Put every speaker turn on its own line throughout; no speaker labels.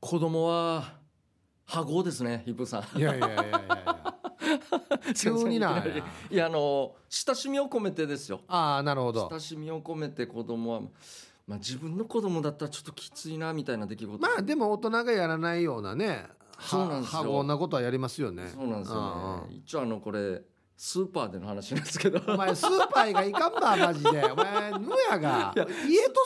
子供は羽子ですねヒップさん
いやいやいやいやい や急にな
いきり いやあの親しみを込めてですよ
ああなるほど
親しみを込めて子供はまあ自分の子供だったらちょっときついなみたいな出来事
まあでも大人がやらないようなねは
そうなんですよ
はごなことはやりますよね
そうなんですよ
う
ね一応あのこれスーパーでの話なんですけど
お前スーパー以外いかんばマジで お前ぬやが家と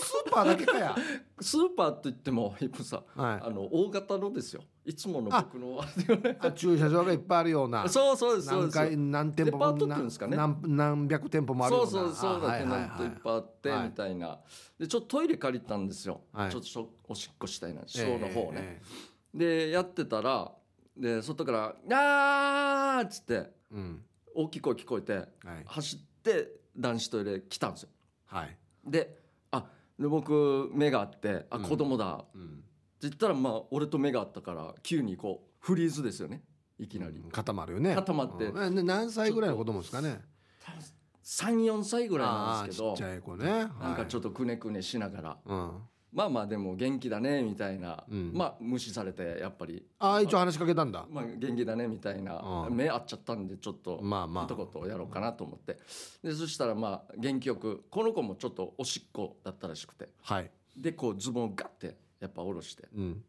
スーパーだけかや
スーパーといってもヒップさん
はい
あの大型のですよいつもの僕のあれよね
あ駐車場がいっぱいあるような
そうそうですそう
何
です
回何店舗も
デパートっていうんですかね
何何百店舗もあるよ
そうう
な
そうそうだ
あは
っ
い
て
はい
なんていっぱいあって
はい
みたいなでちょっとトイレ借りたんですよ、
はい
ちょっとしょおしっこしたいな
え
小
え
の方ね、
ええ
でやってたらで外から「あー!」っつって
うん
大きい声聞こえて
はい
走って男子トイレ来たんですよ
はい
であで僕目があって「あ
うん
子供だ」って
うん
言ったらまあ俺と目があったから急にこうフリーズですよねいきなり、
うん固まるよね
固まって
うんな何歳ぐらいの子供ですかね
34歳ぐらい
あ
なん
あ
ですけ
ち
ど
っちゃい子ねなん
なんかちょっとくねくねしながら
うん
まあまあでも元気だねみたいな、
うん
まあ無視されてやっぱり、
ああ一応話しかけたんだ
まあ、元気だねみたいな
うん
目合っちゃったんでちょっと
まあまあ
一言やろうかなと思ってでそしたらまあ元気よくこの子もちょっとおしっこだったらしくて
はい
でこうズボンをガッてやっぱ下ろして
うん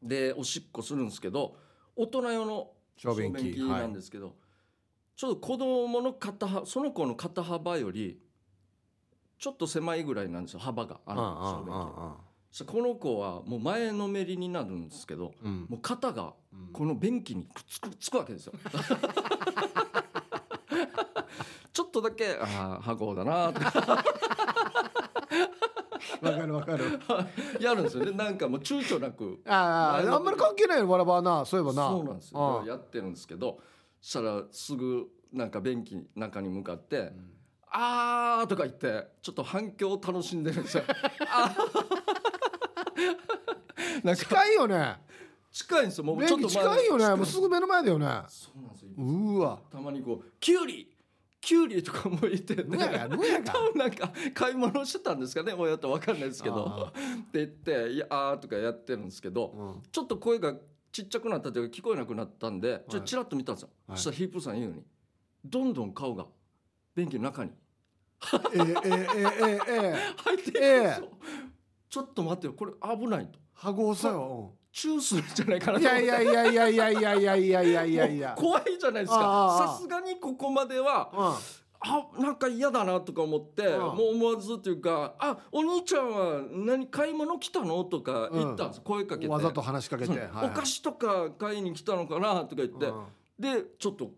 でおしっこするんですけど大人用の
小便器はい
なんですけど、ちょっと子供の肩幅その子の肩幅よりちょっと狭いぐらいなんですよ幅があの小便器
うんうん
そしたらこの子はもう前のめりになるんですけど
うんうん
もう肩が
うん
この便器にくっつくつくわけですよ。 ちょっとだけああ箱だなって
わかるわ かる。
やるんですよねなんかもう躊躇なく
ああ、あんまり関係ないよ、わらばはな、そういえばな。
そうなんです
あ
よ
あ
やってるんですけどそしたらすぐなんか便器の中に向かって「あー」とか言ってちょっと反響を楽しんでるんです よ。あーなんか
近いよね。
近いんですよもうちょ
便
っ
器
と
近いよね、もうす
ぐ
ぐ目の前だよね。
そうなんですよ
うーわ。
たまにこう「キュウリキュウリ」とかも言ってて
ぬや が、ぬやが。
なんか買い物してたんですかね親と分かんないですけど
あ
って言って「いやー」とかやってるんですけど、
うん
ちょっと声がちっちゃくなったというか聞こえなくなったんでちょっとチラッと見たんですよ、
はい
そしたらヒープーさん言うようにどんどん顔が便器の中に
ええええええええ。
入っていくんですよ、ちょっと待ってよこれ危ないと
はごさよ。
チューするんじゃないか
う
なん
い
と思っ
や
て
いやいやいやいやいやいやいやいやいやい
も
や
う。怖いじゃないです
あああ
か
あ
さすがにここまでは
うん。
あなんか嫌だなとか思って
うん
もう思わずというか「あお兄ちゃんは何買い物来たの?」とか言ったんです、声かけて
わざと話しかけて。
そう
はい
お菓子とか買いに来たのかなとか言って、
うん
でちょっと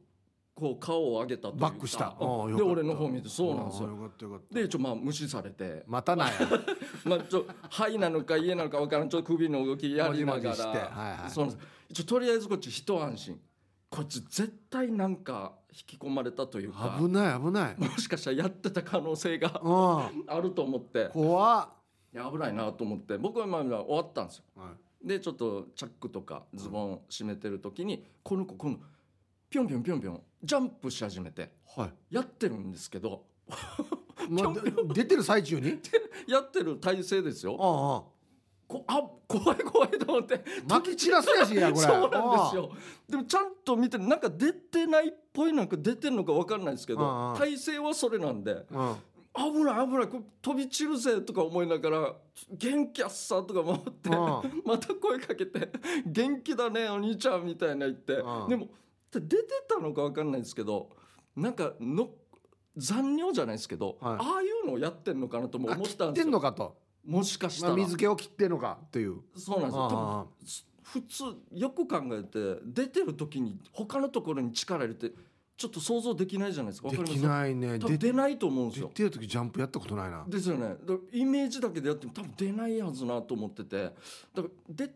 こう顔を上げたというか
バックした。
うん
うん
で
よかった
俺の方見てそうなんです
う
よ
よかったよかった。
でちょまあ無視されて
またなよ。
まあちょ「はい」なのか「いえ」なのか分からんちょっと首の動き やりな
もじも
が
じしてはいは
ら
い
そうなんですちょとりあえずこっち一安心こっち絶対なんか引き込まれたというか
危ない危ない。
もしかしたらやってた可能性が
うん。
あると思って
怖っ。
いや危ないなと思って僕はまあまあ終わったんですよ
はい
でちょっとチャックとかズボン締めてる時にこの子このぴょんぴょんぴょんぴょんジャンプし始めて。
はい。
やってるんですけど
まあ、で出てる 最中に。
やってる体勢ですよ
うんうん。
こあ怖い怖いと思って
巻き散らすやしやこ れ
そうなんですよでもちゃんと見てなんか出てないっぽいなんか出てんのか分かんないですけ
うん
ど
うん
体勢はそれなんで
うんうん
危ない危ないこれ飛び散るぜとか思いながら元気やっさとか思って
う
また声かけて「元気だねお兄ちゃん」みたいな言って
うん
でも出てたのか分かんないですけどなんかの残尿じゃないですけど、
はい
ああいうのをやってんのかなとも
あ
思った
切
んで
って
すよ
んのかと、
もしかした
まあ、
ら、
水気を切ってんのかっていう
そうなんですよ多分
あ
普通よく考えて出てる時に他のところに力入れてちょっと想像できないじゃないですかわ
あで
かります
きないね
多分
出て
出ないと思うんです
出
よ
てる時ジャンプやったことな いな
ですよねだからイメージだけでやっても多分出ないはずなと思っててだからで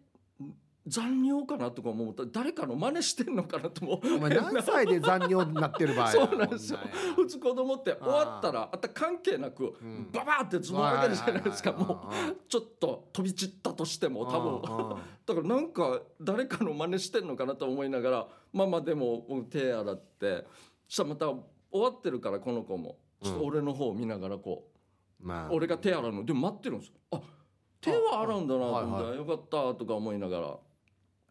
残尿かなとか思ったら誰かの真似してんのかなとも
お前何歳で残尿になってる場合や
そうなんですよ
ほんまや
普通子供って終わったらあった関係なく
うん
ババーってズボン上げるじゃないですか
はいはい
もうちょっと飛び散ったとしても多分
はいはいうんうん
だからなんか誰かの真似してんのかなと思いながらまあまあでももう手洗ってそしたらまた終わってるからこの子もちょっと俺の方を見ながらこ
ま
う
あ
俺が手洗うのでも待ってるんですよあ手は洗うんだなと思
あ
っ
は
てよかったとか思いながら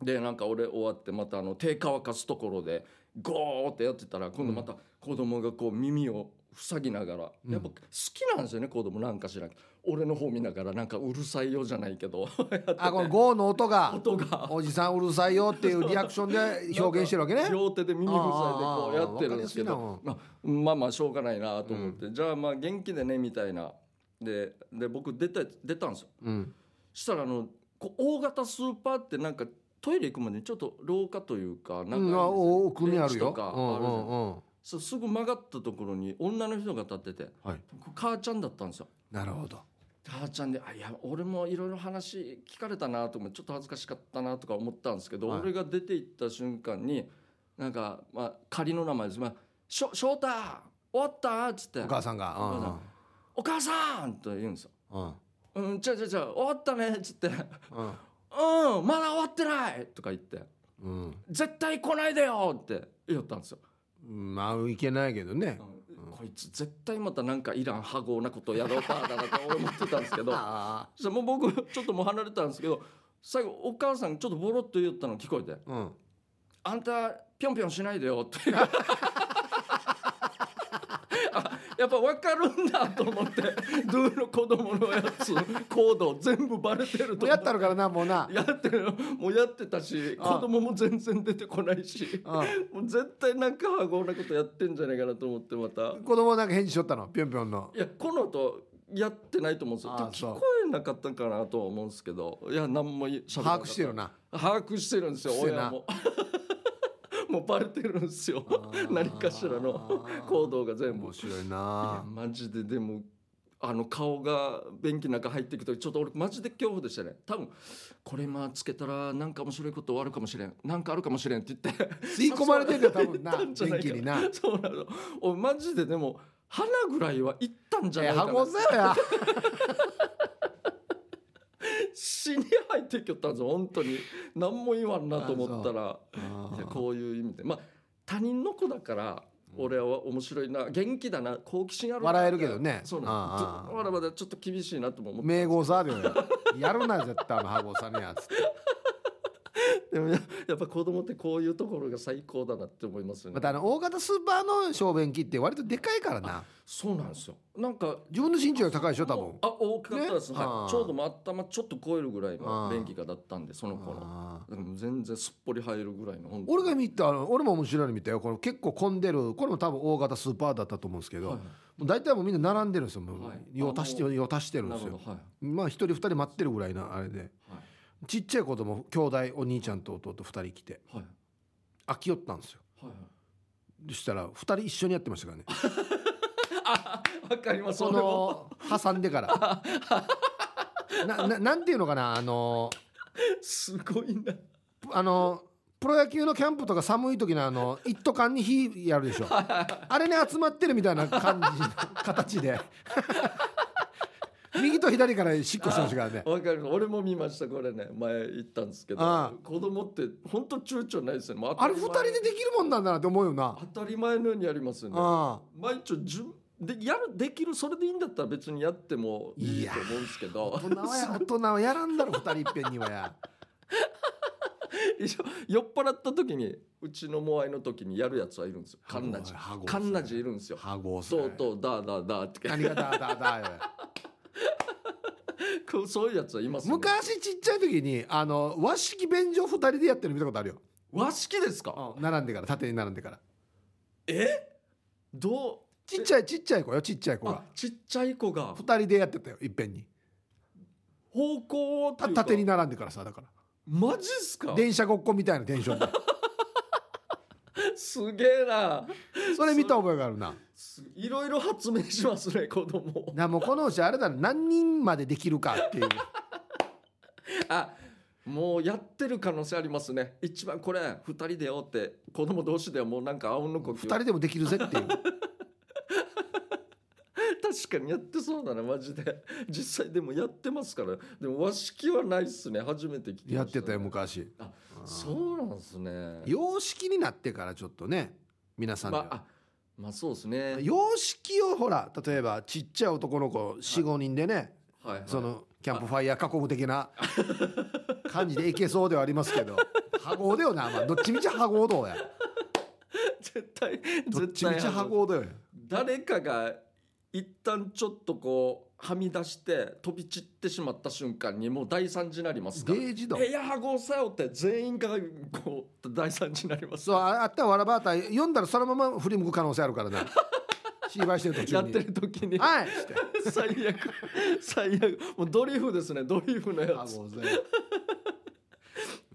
でなんか俺終わってまたあの手乾かすところでゴーってやってたら今度また子供がこう耳を塞ぎながら、
うん
やっぱ好きなんですよね子供なんかしらんけど俺の方見ながらなんかうるさいよじゃないけどやってて
あこのゴーの音が
音が
おじさんうるさいよっていうリアクションで表現してるわけね
両手で耳塞いでこうやってるんですけ
あーあ
ど
ー
まあまあまあしょうがないなと思って、じゃあまあ元気でねみたいなでで僕出て出たんですよ
うん
したらあのこう大型スーパーってなんかトイレ行くまでにちょっと廊下というかなんか
うんあお奥にある
ベンチと
よ
か
うん
あるじゃん
うんうん
そうすぐ曲がったところに女の人が立ってて
はい
母ちゃんだったんですよ
なるほど
母ちゃんで「あいや俺もいろいろ話聞かれたな」とかちょっと恥ずかしかったなとか思ったんですけど、
はい
俺が出て行った瞬間になんか、まあ、仮の名前です「まあ、しょ翔太終わった?」っつって
お母さんが
お母さんお母さん!」と言うんですよ。
うんうん
うん、じゃあじゃあじゃあ終わったねっつって「
うん
うんまだ終わってない!」とか言って
うん
「絶対来ないでよ!」って言ったんですよ。
うんまあいけないけどね
うんこいつ絶対またなんかいらんはごなことやろうとはだなと思ってたんですけど
あ
そしたらもう僕ちょっともう離れたんですけど最後お母さんちょっとボロッと言ったの聞こえて
あうん
「あんたぴょんぴょんしないでよ」って あやっぱ分かるんだと思ってドゥの子供のやつ行動全部バレてる
も
と
うやったのからなもうな
やってるもうやってたし
あ
子供も全然出てこないし
う
もう絶対なんかはごなことやってんじゃないかなと思ってまた
ん。子供なんか返事しよったのぴょんぴょんの
いやこの後やってないと思うんですよ
あー
でも聞
そう
こえなかったんかなとは思うんですけどいや何もしゃ
把握してるな
把握してるんですよ
してな
親も もうバレてるんですよ
あー
何かしらの行動が全部い
面白い
や
な
マジででもあの顔が便器の中入ってきてちょっと俺マジで恐怖でしたね多分これ今つけたらなんか面白いことあるかもしれんなんかあるかもしれんって言って
吸い込まれてんだよ多分な
行ったんじゃな
元
いか
気にな
そうなの俺マジででも花ぐらいは行ったんじゃ
え
ないかな
箱だよや
死に入ってきよったんですよ本当に何も言わんなと思ったらいやこういう意味でまあ他人の子だから俺は面白いな元気だな好奇心あるな
笑えるけどね
そう
あ
な
あ
ん
ああ
まだまだちょっと厳しいなとも思って
名号さでやるな絶対あの箱さねやつって
でもややっぱ子供ってこういうところが最高だなって思いますよね
またあの大型スーパーの小便器って割とでかいからな
そうなんですよなんか
自分の身長が高いでしょ多分
あ大きかったです、
ねあ
は
あ
い、ちょうどもう頭ちょっと超えるぐらい
あ
の
あ
便器がだったんでその子の
ああ
だからもう全然すっぽり入るぐらいの本当に
俺が見たあの俺も面白いの見たよこの結構混んでるこれも多分大型スーパーだったと思うんですけど、
はい
もう大体もうみんな並んでるんですよもう
はい
用足して
あも
用足してるん
な
で
る
す
ほ
よ
どはい
まあ一人二人待ってるぐらいなあれで
は
ちっちゃい子供兄弟お兄ちゃんと弟二人来て
いはい
飽きよったんですよ
はいはい
そしたら二人一緒にやってましたからね
あわかります。
そ
俺も
の挟んでからなななんていうのかなあの
すごいな。
あのプロ野球のキャンプとか寒い時のあの一斗缶に火やるでしょあれに集まってるみたいな感じの形で右と左からしっこしてましたからね
わかります。俺も見ましたこれね前行ったんですけど
ああ、
子供って本当躊躇ないですよね。もう
あれ二人でできるもんなんだなって思うよな
当たり前のようにやりますよね。
あ
毎日じゅでやるできるそれでいいんだったら別にやってもいいと思うんですけ
あ
ど
大人はや大人はやらんだろ二人いっぺんにはや
一緒酔っ払った時にうちのモアイの時にやるやつはいるんですよカンナジ
ハゴー
カンナジいるんですよ
ハゴース
そうとうダーダーダーって
何がだだだよ
こうそういうやつはいますよね
昔ちっちゃい時にあの和式便所二人でやってるの見たことあるよ
和式ですか
並んでから縦に並んでから
えど
ちっちゃいちっちゃい子よちっちゃい子
うあ
が
ちっちゃい子が
二人でやってたよいっぺんに
方向って
た
いうか
縦に並んでからさだか
マジっすから
電車ごっこみたいなテンショ ンです
げえな
それ見た覚えがあるな
すいろいろ発明しますね 子供
なもうこのうちあれだろ何人までできるかっていう
あもうやってる可能性ありますね一番これ二人でよって子供同士ではもうなんか青の子
二人でもできるぜっていう
確かにやってそうだなマジで実際でもやってますからでも和式はないっすね初めて聞きました、
やってたよ昔
あそうなんですね
様式になってからちょっとね皆さんでは
まああまあそうですねはい
様式をほら例えばちっちゃい男の子45人でね、
はい
そのキャンプファイヤー囲む的な感じでいけそうではありますけどハゴだよな、まあ、どっちみちハゴだや
絶対
どっ
絶
ちみ
対
ちハゴだよ
誰かが一旦ちょっとこうはみ出して飛び散ってしまった瞬間にもう大惨事になります
ゲ
から
ージ
「
だ
えいやはごさよ」って全員がこう大惨事になります
そうああったらわらばあた読んだらそのまま振り向く可能性あるからね芝居してる途中に
やってる時に
はいつって
最悪最悪もうドリフですねドリフのや
ハ
つ
ゴだよ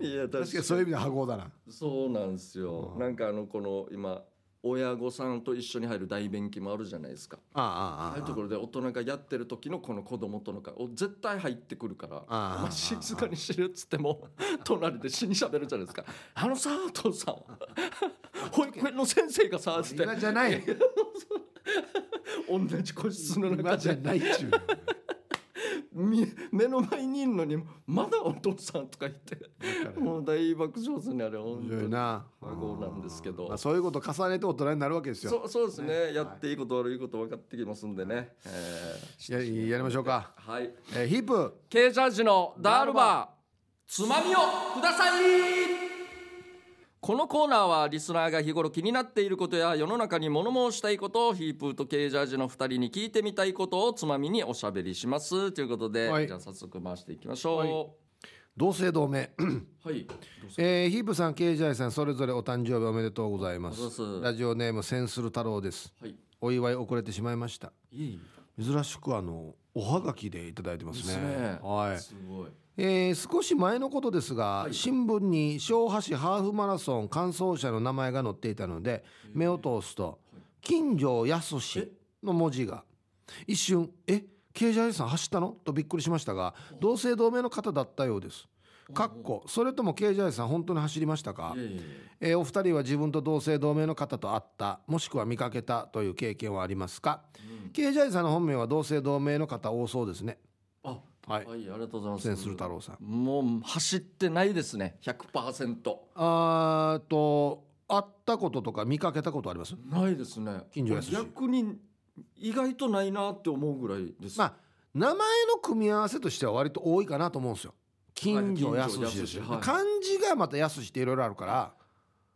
いや確
確かにそういう意味ではハゴだな
そうなんですよ、
うん
なんかあのこの今親御さんと一緒に入る大便器もあるじゃないですか
ああ
あ
ああ
あいうところで大人がやってる時のこの子供との会を絶対入ってくるから
ああ
まあ静かにしてるっつっても隣で死にしゃべるじゃないですか「あのさお父さん保育園の先生がさ」っつって
今じゃない
同じ個室の中
今じゃ
で
ないっちゅう
み目の前にいるのにまだお父さんとか言ってもう大爆笑ですねあれ
面
本当
白い
に
な
ハゴなんですけど
まあ、そういうことを重ねて大人になるわけですよ
そうそうですね
ね
やっていいこと悪いこと分かってきますんでね、え
ややりましょうか、
ーはい
えーヒープ
K ジャージのダールバーつまみをくださいこのコーナーはリスナーが日頃気になっていることや世の中に物申したいことをヒープーと K ジャージの2人に聞いてみたいことをつまみにおしゃべりしますということで、
はい
じゃあ早速回していきましょ
同姓同名、
うはい、どうぞ
えーヒープさんケイジャイさんそれぞれお誕生日おめでとうございます
ありがとうございます
ラジオネームセンスル太郎です
はい
お祝い遅れてしまいました
いい
珍しくあのおはがきでいただいてますね
ですね
はい
すごい
えー少し前のことですが、新聞に小波市ハーフマラソン完走者の名前が載っていたので目を通すと「金城康の文字が一瞬「え軽ジャーさん走ったの?」とびっくりしましたが同姓同名の方だったようです。かっこそれとも軽ジャーさん本当に走りましたか
い、やいやいや
えーお二人は自分と同姓同名の方と会ったもしくは見かけたという経験はありますか、軽ジャーさんの本名は同姓同名の方多そうですね。
あ
はい、
はい、ありがとうございます
センスル太郎さん
もう走ってないですね100%
あーっと会ったこととか見かけたことあります
ないですね
近所やすし
逆に意外とないなって思うぐらいです、
まあ名前の組み合わせとしては割と多いかなと思うんですよ近所
はい
や
近
す
所
しですよ
やすしはい
漢字がまたやすしっていろいろあるから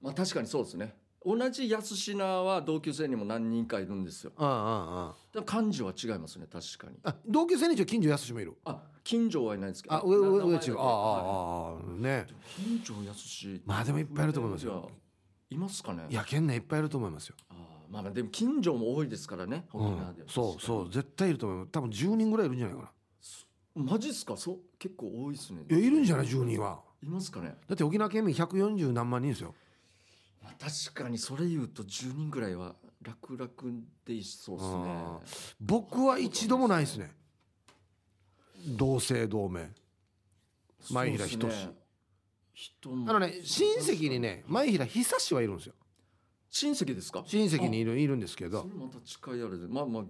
まあ確かにそうですね同じ安品は同級生にも何人かいるんですよ
うんうんうん
でも漢字は違いますね確かに
あ同級生に一応近所やすしもいる
あ近所はいないですけど
あ上上上違うあああ
あ
あああね
近所安し
まあでもいっぱいいると思いますよ
いますかね
いや県内いっぱいいると思いますよ、
ああまあまあでも近所も多いですからね
う
沖縄
ん
では、
そうそう絶対いると思います多分10人ぐらいいるんじゃないかな
マジっすかそう結構多いですね
いやいるんじゃない10人はい
ますかね
だって沖縄県民140何万人ですよ
まあ、確かにそれ言うと10人ぐらいは楽々でいそうです
あ
ね
僕は一度もないですね同姓同名前平
そうっす
等
ね人も
あのね親戚にね前平久志はいるんですよ
親戚ですか
親戚に
い
いるいるんですけ
そ
ど
れ、また近いあれでまあまあ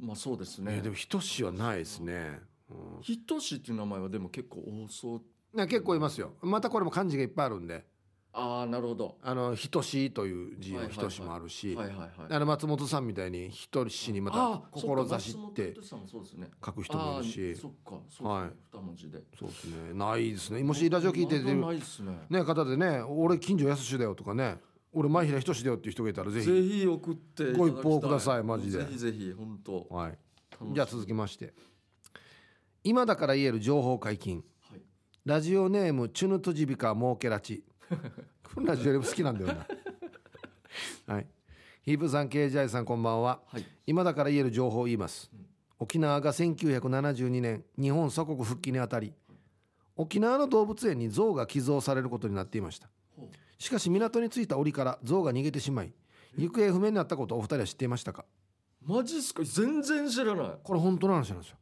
まあそうです
え
ね
でも等志はないですね、うん
ひとしっていう名前はでも結構多そう
なんか結構いますよまたこれも漢字がいっぱいあるんで
ああなるほど
あの等しいという字
はい
の
はいはい
等しもあるし、
はいはいはい
あの松本さんみたいに等しにま
あ
た
ー
志
そ
っ
っか
て
松本さんもそうですね
書く人もいる
あー
し
そっかそう
はい
二文字で
そうですねないですねもしラジオ聞いてて
まだないですね
ね方でね俺近所やすしだよとかね俺前平等しだよっていう人がいたらぜひ
ぜひ送っていただきた
ご一報くださいマジで
ぜひぜひ本当
はい
楽しみ
じゃあ続きまして今だから言える情報解禁
はい
ラジオネームチュヌトジビカモーケラ チこのラジオよりも好きなんだよ なはいヒープさんケイジャイさんこんばんは
はい
今だから言える情報を言います、沖縄が1972年日本鎖国復帰にあたり沖縄の動物園に象が寄贈されることになっていました
ほう
しかし港に着いた檻から象が逃げてしまい行方不明になったことをお二人は知っていましたか
マジっすか全然知らない
これ本当の話なんですよ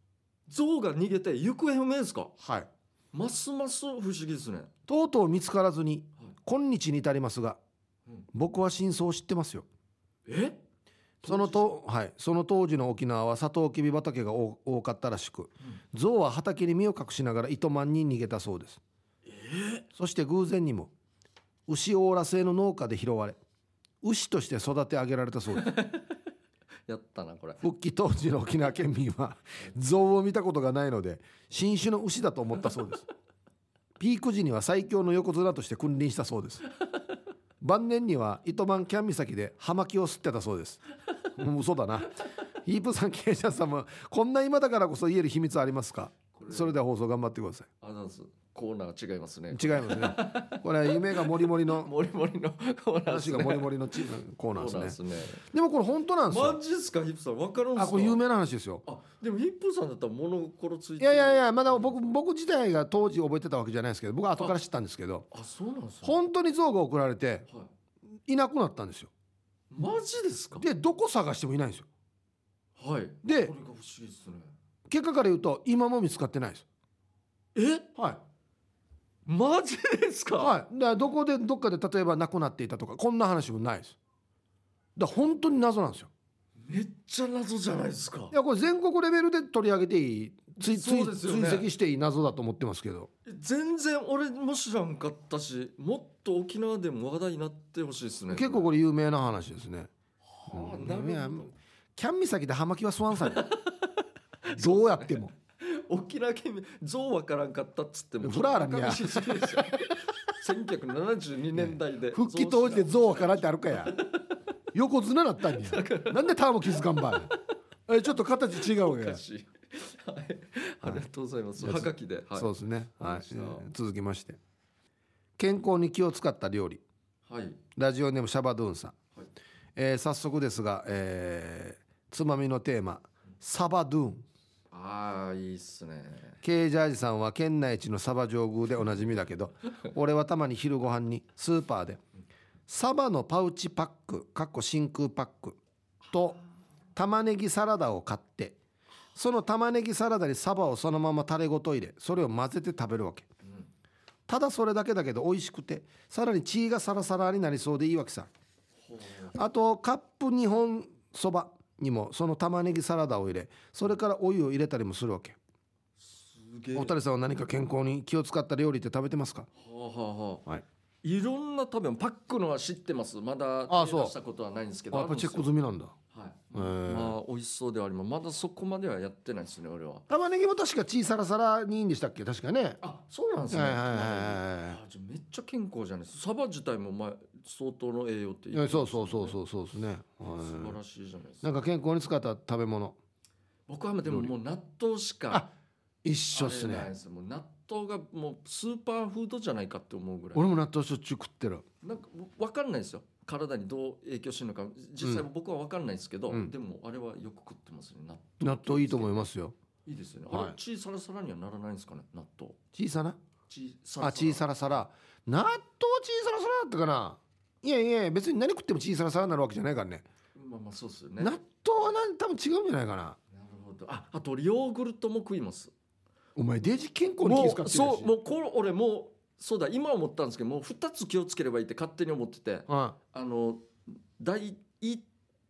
象が逃げて行方不明ですか
はい
ますます不思議ですね
とうとう見つからずに
はい
今日に至りますが
うん
僕は真相を知ってますよ
え
そのと、はい、その当時の沖縄はサトウキビ畑が多多かったらしく象は畑に身を隠しながら糸満に逃げたそうですそして偶然にも牛オーラ製の農家で拾われ牛として育て上げられたそうです
やったなこれ
復帰当時の沖縄県民は象を見たことがないので新種の牛だと思ったそうですピーク時には最強の横綱として君臨したそうです晩年には糸満キャン岬で葉巻を吸ってたそうですもうそうだなヒープさん経営者さんもこんな今だからこそ言える秘密ありますかそれでは放送頑張ってください
あなんですコーナー違いますね
違いますねこれは夢がもりもりの
モリモ リのコーナーです
話
ね
がもりもりのチコーナ
コー
ー
ナー
で
です
ね
すね
でもこれ本当なんです
マ
よ
ジですかヒップさんわかるんですか
あこれ有名な話ですよ
あでもヒップさんだったら物心つい
い
て
やいやいやまだ僕僕自体が当時覚えてたわけじゃないですけど僕は後から知ったんですけど
あそうなんですね
本当に像が送られて
はい
いなくなったんですよ
マジですか
でどこ探してもいないんですよ
はい
で
これが不思議ですね
結果から言うと今も見つかってないです
え
はい
マジですか、
はい、だからどこでどっかで例えば亡くなっていたとかこんな話もないですだから本当に謎なんですよ
めっちゃ謎じゃないですか
いやこれ全国レベルで取り上げていい追追
そうですよね
追跡していい謎だと思ってますけど
全然俺も知らんかったしもっと沖縄でも話題になってほしいですね
結構これ有名な話ですね
はあ
うん
なるほど
いやキャン岬で葉巻は吸わん さいどうやっても
沖縄県民ゾウわからんかったっつっても
フラーラミ
や
や
1972年代で
復帰当時で
ゾ
象からってあるかや横綱なったんやなんでターも気づかんば いえちょっと形違う
ウ
わ
が
や
おかしいはいありがとうございます
いや
はがきで
そう
は
ですね、は
わかり
い
ました
えー続きまして健康に気を使った料理
いはい
ラジオネームシャバドゥーンさん、
はい
えー早速ですが、えーつまみのテーマサバドゥーン
ああいいっすね
ケージャージさんは県内一のサバ上宮でおなじみだけど俺はたまに昼ご飯にスーパーでサバのパウチパックかっこ真空パックと玉ねぎサラダを買ってその玉ねぎサラダにサバをそのままタレごと入れそれを混ぜて食べるわけ
うん
ただそれだけだけど美味しくてさらに血がサラサラになりそうでいいわけさ
ほう
あとカップ2本そばにもその玉ねぎサラダを入れそれからお湯を入れたりもするわけ
すげえ
お二人さんは何か健康に気を使った料理って食べてますか
はあはあはあ
はい
いろんな食べ物パックのは知ってますまだ
あ
手出
そう
したことはないんですけ
あ
ど
やっぱチェック
あ
済みなんだ
るんですよはい
へー
まあ美味しそうではありますまだそこまではやってないですね俺は
玉ねぎも確か小さらさらにいいんでしたっけ確かね
あそうなんですね
はいはいはいはいはい
あじゃあめっちゃ健康じゃないですかサバ自体も前相当の栄養って
い
言ってま
や
した
そ
ね
うそうそうそうそうですね、はい
素晴らしいじゃないです
な
か
んか健康に使った食べ物
僕はでももう納豆し
あ
か
一緒っす
あれない
ね
ですもう納豆がもうスーパーフードじゃないかって思うぐらい
俺も納豆しょっちゅう食ってる
なんか分かんないですよ体にどう影響してるのか実際僕は分かんないですけど、
うん
でもあれはよく食ってますね納豆
納豆いいと思いますよ
いいですよね、
はい
あれ血サラサラにはならないんですかね納豆
小さな
血サ
あ小
ラ
さらさら納豆小さらさらだったかないやいや別に何食っても小さらさらになるわけじゃないからね
まあまあそうですよね
納豆はなん多分違うんじゃないかな
なるほどああと俺ヨーグルトも食います
お前デージ健康に気
も
遣って
う
るし
そうもうこれ俺もうそうだ今思ったんですけどもう2つ気をつければいいって勝手に思ってて
うん
あの大い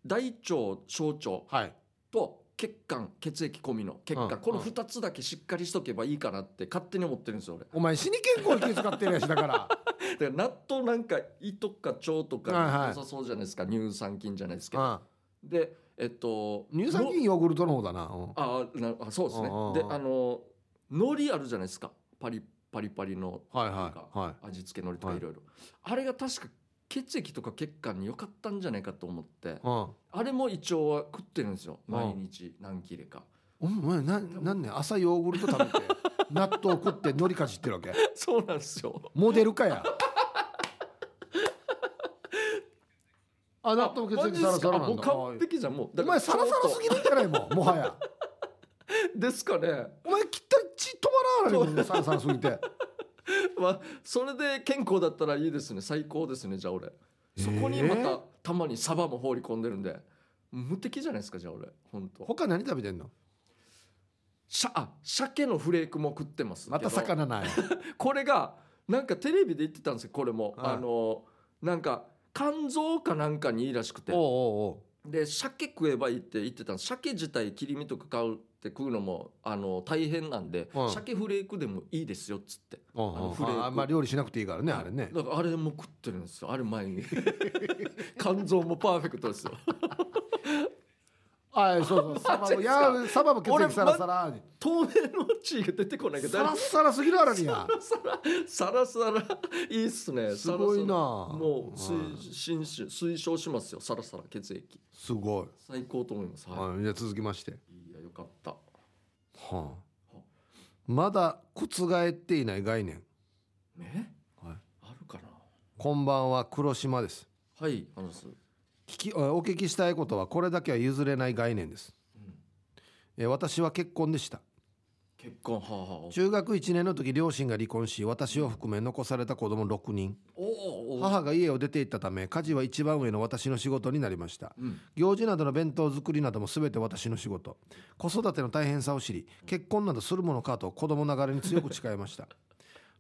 大腸小腸
はい
と血管血液込みの血管、
うん
この
うん
2つだけしっかりしとけばいいかなって勝手に思ってるんですよ俺
お前死に健康に気遣ってるやしだから
だから納豆なんか胃とか腸とか
はいはい
良さそうじゃないですか、乳酸菌じゃないですけど、
あ
でえっと
乳酸菌
の
ヨーグルトの方だな、うん
あなあそうですね
うんうんうん
であの海苔あるじゃないですかパリパリパリの
は
な
い
ん
は
か
いはい
味付け海苔とかいろいろ、あれが確か血液とか血管に良かったんじゃないかと思って、
うん
あれも胃腸は食ってるんですよ
うん
毎日何切れ か、
お前ななんね朝ヨーグルト食 べて納豆食って海苔かじってるわけ
そうなんですよ
モデルかやあ納豆血
マジで
液サラ
す
サ
か
ラ
あ
な
も
ん
う
だ
完璧じゃんもう
お前サラサラすぎるんじゃないもんもはや
ぎですかね
お前切ったら血止まらないもんサラサラすぎて
まあそれで健康だったらいいですね最高ですねじゃあ俺 そこにま
え
た
ー
たまにサバも放り込んでるんで無敵じゃないですかじゃあ俺本当。
他何食べてんの
しゃあ鮭のフレークも食ってますけど
また魚ない
これがなんかテレビで言ってたんですよこれも、
はい
あのなんか肝臓かなんかにいいらしくて
おうおうお
で鮭食えばいいって言ってたんです鮭自体切り身とか買うって食うのもあの大変なんで、
うん
鮭フレークでもいいですよっつって
う
あの
おう
フレー
おう
ク
ああんま料理しなくていいからねあれね
だからあれも食ってるん ですよあれ前に肝臓もパーフェクトですよ
あはいそうそうサバ
マジっす
ブい
か
やサバブ血液サラサラに
透明の血が出てこないけど
サラッサラすぎるあらにや
サラサラいいっすね
すごい
サ
な
ラサラもう
はい
推進し推奨しますよサラサラ血液
すごい
最高と思いますは
はいじゃあ続きまして
いいやよかった
はあまだ覆っていない概念
ね
はい
あるかな
こんばんは黒島です
はい話す
聞きお聞きしたいことはこれだけは譲れない概念です、えー私は結婚でした
結婚はあはあ
中学1年の時両親が離婚し私を含め残された子供6人
おおおお
母が家を出て行ったため家事は一番上の私の仕事になりました
うん
行事などの弁当作りなども全て私の仕事子育ての大変さを知り結婚などするものかと子供ながらに強く誓いました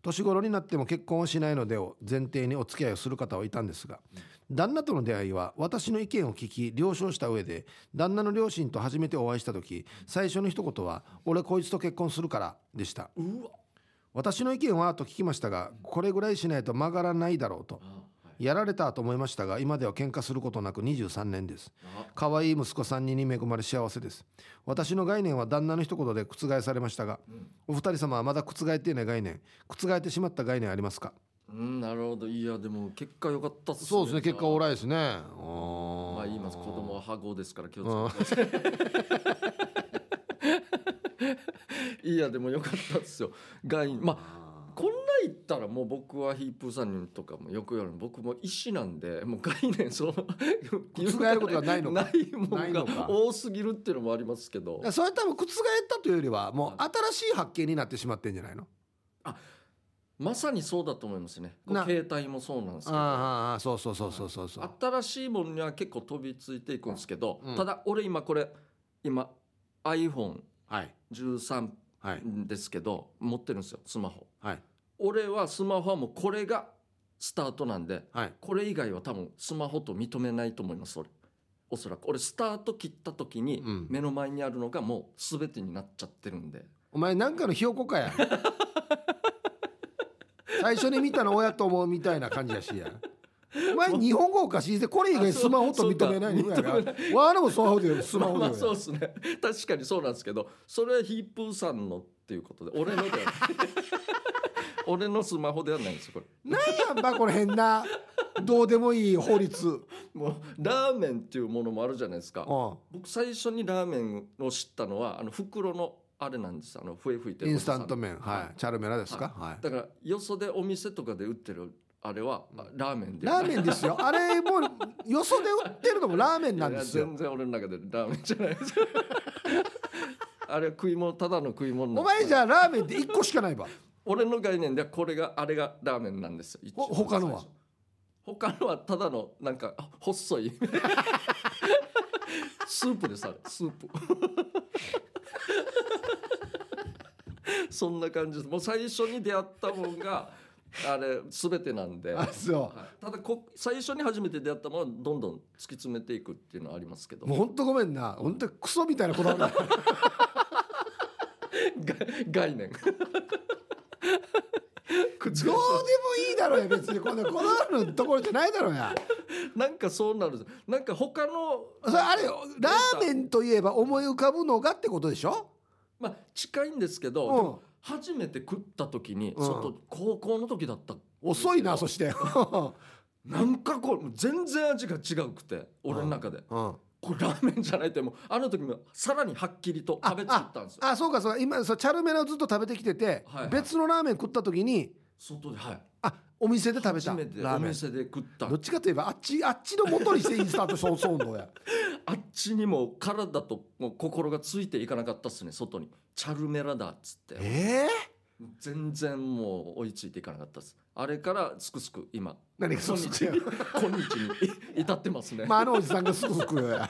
年頃になっても結婚はしないのでを前提にお付き合いをする方はいたんですが旦那との出会いは私の意見を聞き了承した上で旦那の両親と初めてお会いした時最初の一言は「俺こいつと結婚するから」でした
うわ
私の意見はと聞きましたがこれぐらいしないと曲がらないだろうと
あはい
やられたと思いましたが今では喧嘩することなく23年です
あ
可愛い息子3人に恵まれ幸せです私の概念は旦那の一言で覆されましたが
うん
お二人様はまだ覆っていない概念覆ってしまった概念ありますか
うんなるほどいやでも結果良かったっすね
オーライですねま
まあ言います子供は母語ですから気をつけてくださいいやでも良かったっすよ概念まあこんな言ったらもう僕はヒープーさんとかもよく言われる僕も医師なんでもう概念その
覆ることがないのか
ないも
ない
ん
のか
が多すぎるっていうのもありますけど
それ多分覆ったというよりはもう新しい発見になってしまってんじゃないの
まさにそうだと思いますねこう
な
携帯もそうなんですけど
ああそうそうそうそうそうそう
新しいものには結構飛びついていくんですけど、
うん
ただ俺今これ今 iPhone13
はいはい
ですけど持ってるんですよスマホ
はい
俺はスマホはもうこれがスタートなんで
はい
これ以外は多分スマホと認めないと思います俺おそらく俺スタート切った時に
うん
目の前にあるのがもう全てになっちゃってるんで、
お前なんかのひよこか や最初に見たの親と思うみたいな感じやしやお前日本語おかしいぜこれ以外スマホと認めないのやが
そうか
わあのもスマホでスマ
まあ
ホ
ま
で
あそうですね 確かにそうなんですけどそれはヒープーさんのっていうことで俺のでは ない俺のスマホではないんですよこれ
なんやんばこの変などうでもいい法律うん
もうラーメンっていうものもあるじゃないですか
は
僕最初にラーメンを知ったのはあの袋のあれなんですあの笛吹いて
い
る
イ
お
ン
じ
ス
さ
タ
ん
ント麺はいチャルメラですかはい
だからよそでお店とかで売ってるあれはあラーメンでは
ラ
ない
ーメンですよあれもうよそで売ってるのもラーメンなんです
いや
よ
全然俺の中でラーメンじゃないです よあれは食い物ただの食い物
お前じ
ゃ
ゃあラーメンって1個しかないば
俺の概念ではこれがあれがラーメンなんですよ一番
ほ他のは
最初他のはただのなんかあ細いスープですあれスープ そんな感じですもう最初に出会ったもんがあれ全てなんで
あそ
はいただこ最初に初めて出会ったものはどんどん突き詰めていくっていうのはありますけど
うもう本当ごめんな本当クソみたいなこだわり
が 概念覆し
どうでもいいだろうや別にこんなこだわるところじゃないだろうや
なんかそうなるんですなんか他の
それあれよラーメンといえば思い浮かぶのがってことでしょ
まあ近いんですけど、
うん
でも初めて食った時に、
うん
外高校の時だった
遅いなそして
なんかこう全然味が違うくて俺の中で、
うん
これラーメンじゃないってもうあの時もさらにはっきりと食べちゃったんですよ
あそうかそうか今そうチャルメラをずっと食べてきてて、
はいはい
別のラーメン食った時に
外ではい
あお店で食べ
初
た
めて
ラ
お
ーメン
店で食った
どっちかといえばあっちあっちの元にしてインスタントショーソーン ドや
あっちにも体ともう心がついていかなかったっすね外にチャルメラだっつって
ええ
全然もう追いついていかなかったですあれからすくすく今
何が
今
そう
日
す
に
くや
今日に至ってますね、
まああのおじさんがすぐすくや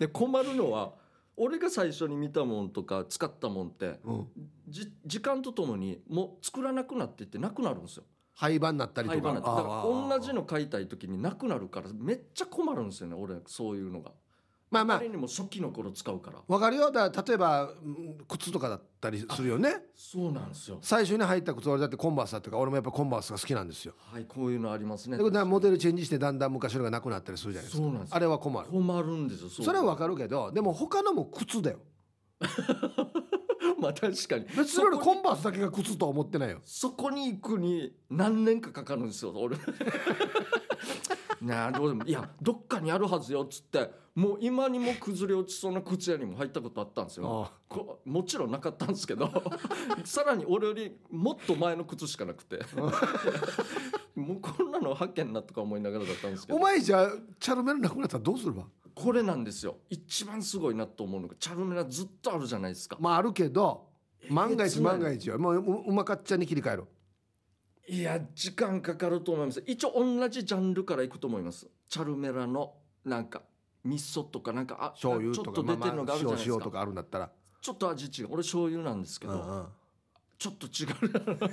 で困るのは俺が最初に見たもんとか使ったもんって
うん
じ時間とともにもう作らなくなっていってなくなるんですよ
廃盤になったりと
廃
か
盤なんてだから
あー
同じの買いたい時になくなるからめっちゃ困るんですよね俺そういうのが
まあま
あ
あ
れにも初期の頃使うから
わかるよだから例えばうん靴とかだったりするよね
そうなんですよ
最初に入った靴俺だってコンバースだったから俺もやっぱコンバースが好きなんですよ
はいこういうのありますね
だけどなモデルチェンジしてだんだん昔のがなくなったりするじゃないで
そ
す
うなんで
かあ
す
れは困る
困るんですよう
それはわかるけどでも他のも靴だよ
まあ確かに
別に
そこ
俺コンバースだけが靴とは思ってないよ
そこに行くに何年かかかるんですよ俺 なあどうでもいやどっかにあるはずよっつってもう今にも崩れ落ちそうな靴屋にも入ったことあったんですよ
あ
こもちろんなかったんですけど さらに俺よりもっと前の靴しかなくてもうこんなの発見なとか思いながらだったんですけ
お
ど
前じゃあチャルメラなくなったらどうするわ
これなんですよ一番すごいなと思うのがチャルメラずっとあるじゃないですか
まああるけど万
え
が一
げつない
万が一よもうううまかっちゃに切り替えろ
いや時間かかると思います一応同じジャンルからいくと思いますチャルメラのなんか味噌とかなんかあ
醤油
ちょ
と
っ
か
と
ま
出
あ
てるの
ま
が
あ
あるじゃ
塩
ないですか,、
塩とかあるんだったら
ちょっと味違う俺醤油なんですけど、
うんうん
ちょっと違うな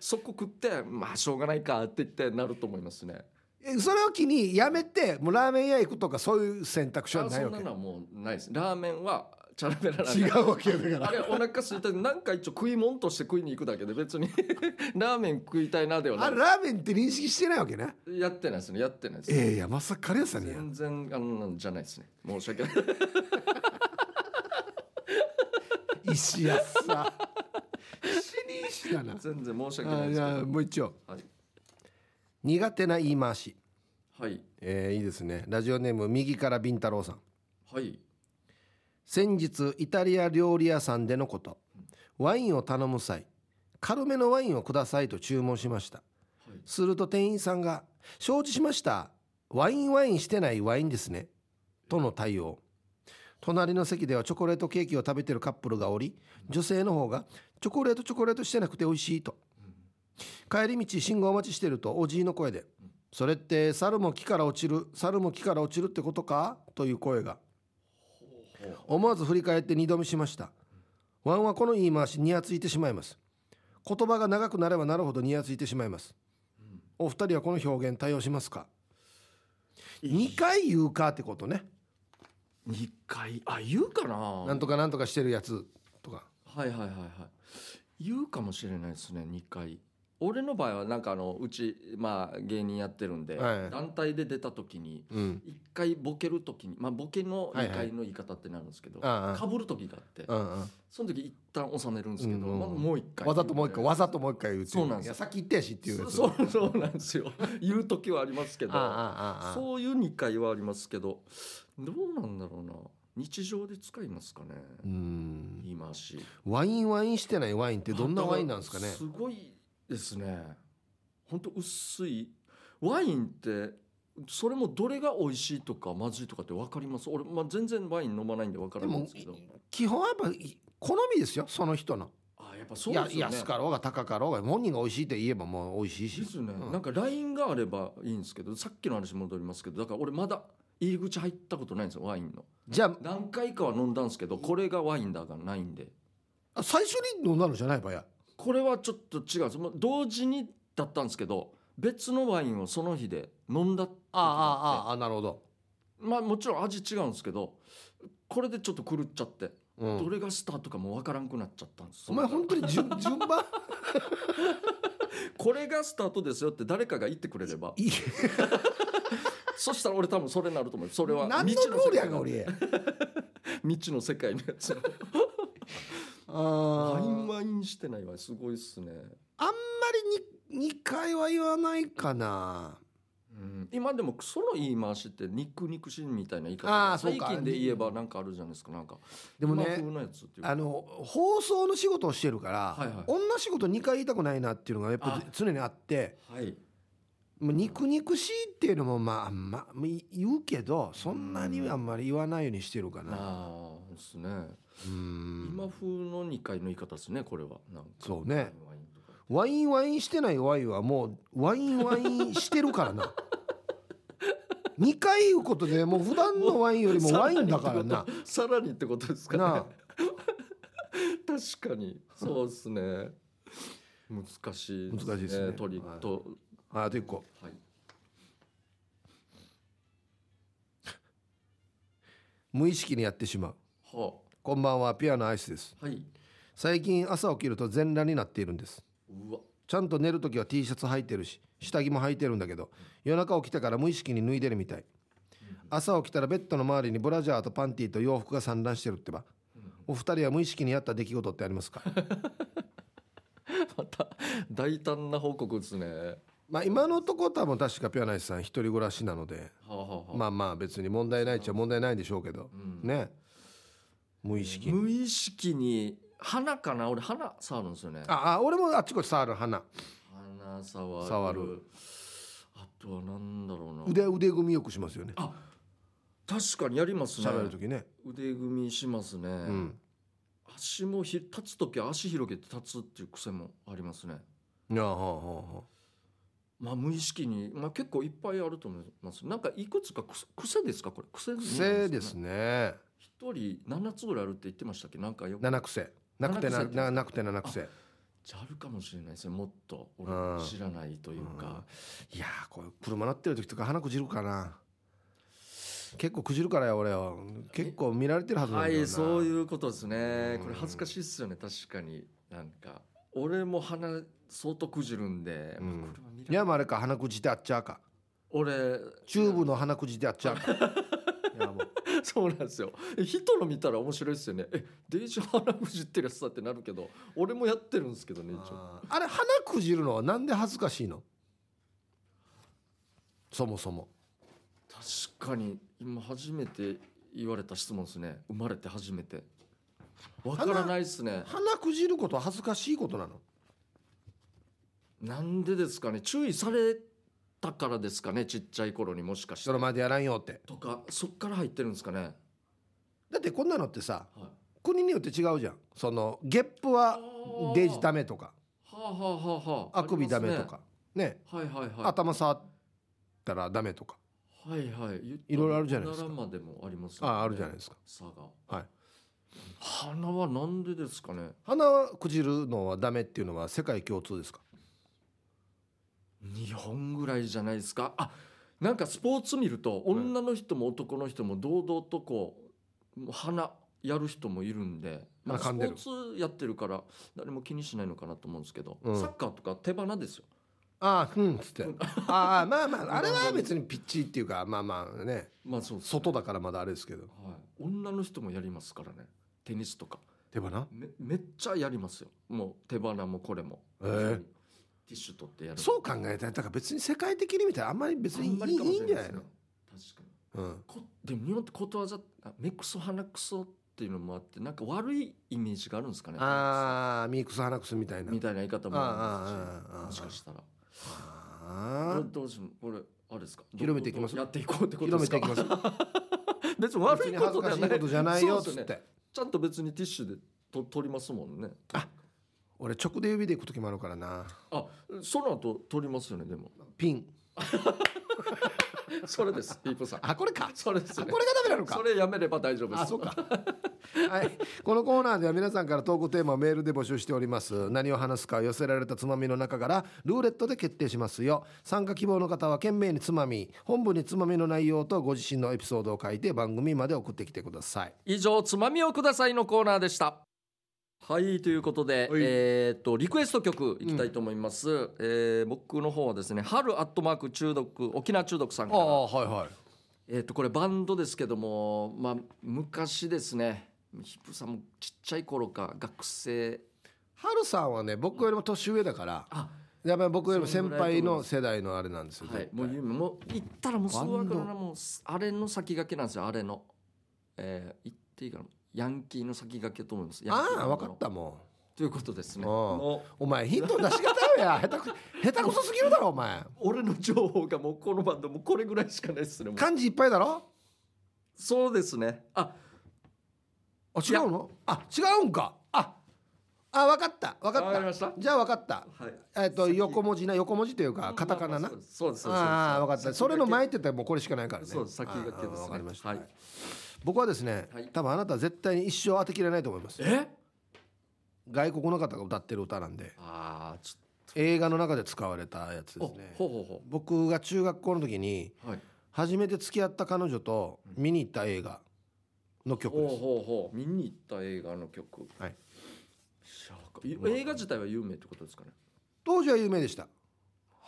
そこ食ってまあしょうがないかって言ってなると思いますね
えそれを機にやめてもうラーメン屋行くとかそういう選択肢は
あ
ない
そ
わ
ん
け
なのはもうないですラーメンはチャルメラなんで
違うわけよだか
あれ
ら
お腹空いたなんか一応食い物として食いに行くだけで別にラーメン食いたいなではない
あれラーメンって認識してないわけね
やってないですねやってないです、
ええいやまさかカレー屋さんにや
全然あのなんじゃないですね申し訳ない
石屋さ死に石だな
全然申し訳な
あ
いで
じ
す
ゃあもう一丁
はい、
苦手な言い回し
はい
えー、いいですねラジオネーム右からビンタロウさん
はい
先日イタリア料理屋さんでのことワインを頼む際軽めのワインをくださいと注文しました
はい
すると店員さんが「承知しましたワインワインしてないワインですね」との対応隣の席ではチョコレートケーキを食べてるカップルがおり女性の方が「チョコレートチョコレートしてなくて美味しい」と帰り道信号待ちしてるとおじいの声で「それって猿も木から落ちる猿も木から落ちるってことか?」という声が思わず振り返って二度見しましたワンはこの言い回しにやついてしまいます言葉が長くなればなるほどにやついてしまいますお二人はこの表現対応しますか2回言うかってことね
2回あ言うかな
なんとかなんとかしてるやつとか
はいはいはいはい言うかもしれないですね2回俺の場合はなんかあのうちまあ芸人やってるんで、
はい
団体で出た時に
うん
1回ボケる時にまあボケの
は
2
いはい
回の言い方ってなるんですけど、
ああ
かぶる時があって、
うんうん
その時一旦収めるんですけど、
うんうん
まあもう1回
わざともう一回わざともう一回言うってい
そうなんです
い
よ
やさっき言ったやしっていうやつ
そうそうなんですよ言う時はありますけど
ああああああ
そういう2回はありますけどどうなんだろうな日常で使いますかね
うん
言い回し
ワインワインしてないワインってどんなワインなんですかね
すごいですね本当薄いワインってそれもどれが美味しいとかまずいとかって分かります俺、まあ、全然ワイン飲まないんで分からないんですけど
基本はやっぱい好みですよその人の
あやっぱそう
い
です
や
よね
安かろうが高かろうが本人が美味しいって言えばもう美味しいし
ですね、
うん
なんか LINE があればいいんですけどさっきの話戻りますけどだから俺まだ入り口入ったことないんですよワインの
じゃ
何回かは飲んだんですけどこれがワインだがないんで
あ最初に飲んだのじゃないばや
これはちょっと違うんですもう同時にだったんですけど別のワインをその日で飲んだ時があって
ああなるほど、
まあもちろん味違うんですけどこれでちょっと狂っちゃって、
うん
どれがスタートかもう分からんくなっちゃったんです
お前本当に順 順番
これがスタートですよって誰かが言ってくれれば
いい
そしたら俺多分それになると思うそれは
何のル
未知
ー
世
ル
界
やが俺
未知の世界のやつ
あ
ワイン
ー
ワインしてないわすごいっすね、
あんまりに2回は言わないかな
今でもその言い回しって肉肉しいみたいな言い
あー
方
そう
最
か
近で言えばなんかあるじゃないですかなんか
でもね
今風なやつっていうか
あの放送の仕事をしてるから、
はいはい
女仕事2回言いたくないなっていうのがやっぱ
あ
常にあって
はい
もう肉肉しいっていうのもまああんま言うけどそんなにはあんまり言わないようにしてるかな
ああですね、
うん
今風の2回の言い方ですねこれはなんか
そうね
ワインとか
ワインワインしてないワインはもうワインワインしてるから な2回言うことでもう普段のワインよりもワインだからな
さらにってことですかね
なあ
確かにそうですね難しい
難しいっすね
鳥
はい
と、
ああと1個
はい、
無意識にやってしまう
は
こんばんはピュアなアイスです
あはい
最近朝起きると全裸になっているんです
うわ
ちゃんと寝るときは T シャツ履いてるし下着も履いてるんだけど夜中起きてから無意識に脱いでるみたい朝起きたらベッドの周りにブラジャーとパンティーと洋服が散乱してるってばお二人は無意識にやった出来事ってありますか
また大胆な報告ですねは
まあ今のとこ多分確かピュアナイスさん一人暮らしなので
あはあはあ
まあまあ別に問題ないっちゃ問題ないんでしょうけど
うん
ね無意識に
無意識に鼻かな俺鼻触るんですよね
ああ俺もあっちこっち触る鼻
鼻触る
触る
あとはなんだろうな
腕腕組みよくしますよね
あ確かにやりますね
喋る時ね
腕組みしますね、
うん
足もひ立つ時は足広げて立つっていう癖もありますね
いやはあはあはあ
まあ無意識に、まあ、結構いっぱいあると思いますなんかいくつか癖癖ですかこれ癖なんかね
癖ですね
一人七つぐらいあるって言ってましたっけなんかよく
七癖なくて
七
な
癖って
ななくて七癖
じゃああるかもしれないですねもっと俺
うん
知らないというか、
いやーこれ車乗ってる時とか鼻くじるかな結構くじるからよ俺よ結構見られてるはずなん
は
だよな、
いそう
う
いうことですね
うん
これ恥ずかしいっすよね確かになんか俺も鼻相当くじるんで、
うん
まあこれは見られ
やまああれか鼻くじってあっちゃうか
俺
チューブの鼻くじってあっ ちゃうかいやもう
そうなんですよえ人の見たら面白いですよねえデイジ鼻くじってるやつだってなるけど俺もやってるんですけどね一応
あーあれ鼻くじるのはなんで恥ずかしいのそもそも
確かに今初めて言われた質問ですね生まれて初めてわからないですね
鼻くじることは恥ずかしいことなの
なんでですかね注意されたからですかねちっちゃい頃にもしかして
人の前でやらんよって
とかそっから入ってるんですかね、
だってこんなのってさ
はい
国によって違うじゃんそのゲップは
あー
デージダメとか
はあはあはあはあ
あくびダメとかね
ありますねはいはいは
頭触ったらダメとか
いはいはい言った
いろいろあるじゃないですか
奈良までもあります
ああるじゃない
い
ですか
差が
はい
鼻はなんでですかね
鼻はくじるのはダメっていうのは世界共通ですか
日本ぐらいじゃないですかあなんかスポーツ見ると女の人も男の人も堂々とこうもう鼻やる人もいるんで、まあ、
鼻
ス
噛ん
ポ
でる
ーツやってるから誰も気にしないのかなと思うんですけど、
うん
サッカーとか手鼻ですよ
ああうんっつ ってああまあまああれは別にピッチっていうかまあまあね
まあそうですね
外だからまだあれですけど
はい、女の人もやりますからねテニスとか
手鼻
めめっちゃやりますよもう手鼻もこれも、
えー
ティッシュ取ってやる
そう考えたらだから別に世界的に見たらあんまり別にいい
あんまりかも
いい
し
ん
れ
じゃ
な
ない
で
い
すね確
の
かに
うん
こでも日本ってことわざあ目くそ鼻くそっていうのもあってなんか悪いイメージがあるんですかね
ああミークス鼻くすみたいな
みたいな言い方もあ
ああああああああ
るしもしかしたら
あ
こ
ー
れどうしようこれあれですか
広めていきます
どうどうやっていこうってこと
広
で
め
す
て
か
いきます
別に悪
別
い
に
こ
恥ず
とでは
かし
ない
ことじゃないよっ
そうっ
つっ
す
て、
ねちゃんと別にティッシュでと取りますもんね
俺直で指でいく時もあるからな
あその後取りますよねでも
ピン
それですピーポさん
あこれか
それです
あ
ね
これがダメなのか
それやめれば大丈夫です
あそうか はいこのコーナーでは皆さんから投稿テーマをメールで募集しております何を話すか寄せられたつまみの中からルーレットで決定しますよ参加希望の方は懸命につまみ本部につまみの内容とご自身のエピソードを書いて番組まで送ってきてください
以上つまみをくださいのコーナーでしたはいということで、
はい
えーっとリクエスト曲いきたいと思います、えー僕の方はですね春アットマーク中毒沖縄中毒さんから
はいはい
えーっとこれバンドですけどもまあ昔ですねヒップさんもちっちゃい頃か学生
春さんはね僕よりも年上だから
あ
やっぱり僕よりも先輩の世代のあれなんですよ、
はい
絶対
もう夢もう行ったらもうすぐ分かる
バ
なもうあれの先駆けなんですよあれのえー、言っていいかなヤンキーの先駆けと思いますヤンキー
あ
バ
あ
ンドの
分かったもう
ということですね
うん
の
お前ヒントの出し方や下手く下手くそすぎるだろお前
俺の情報がもうこのバンドもうこれぐらいしかないですねもう
漢字いっぱいだろ
そうですねあ
あ違うのあ違うんかああ分かった分
わかり
か
ま
っ
した
たじゃあ分かった
はい
えっと横文字な横文字というかカタカナ
ま
な
あまあそうですそうです
ああ分かったそれの前
前
って言ったらもうこれしかないからね
そうです先駆けですね
ああ分かりました
はい
僕はですね
はい
多分あなたは絶対に一生当てきれないと思います
え
外国の方が歌ってる歌なんで
ああち
映画の中で使われたやつ
ょ
で
っ
す
と、
ね
ほうほうほ
僕が中学校の時に
うはい
初めて付き合った彼女と見に行った映画の曲
ほう
です
ほうほう見に行った映画の曲
はい
知らなかった映画自体は有名ってことですかね
当時は有名でした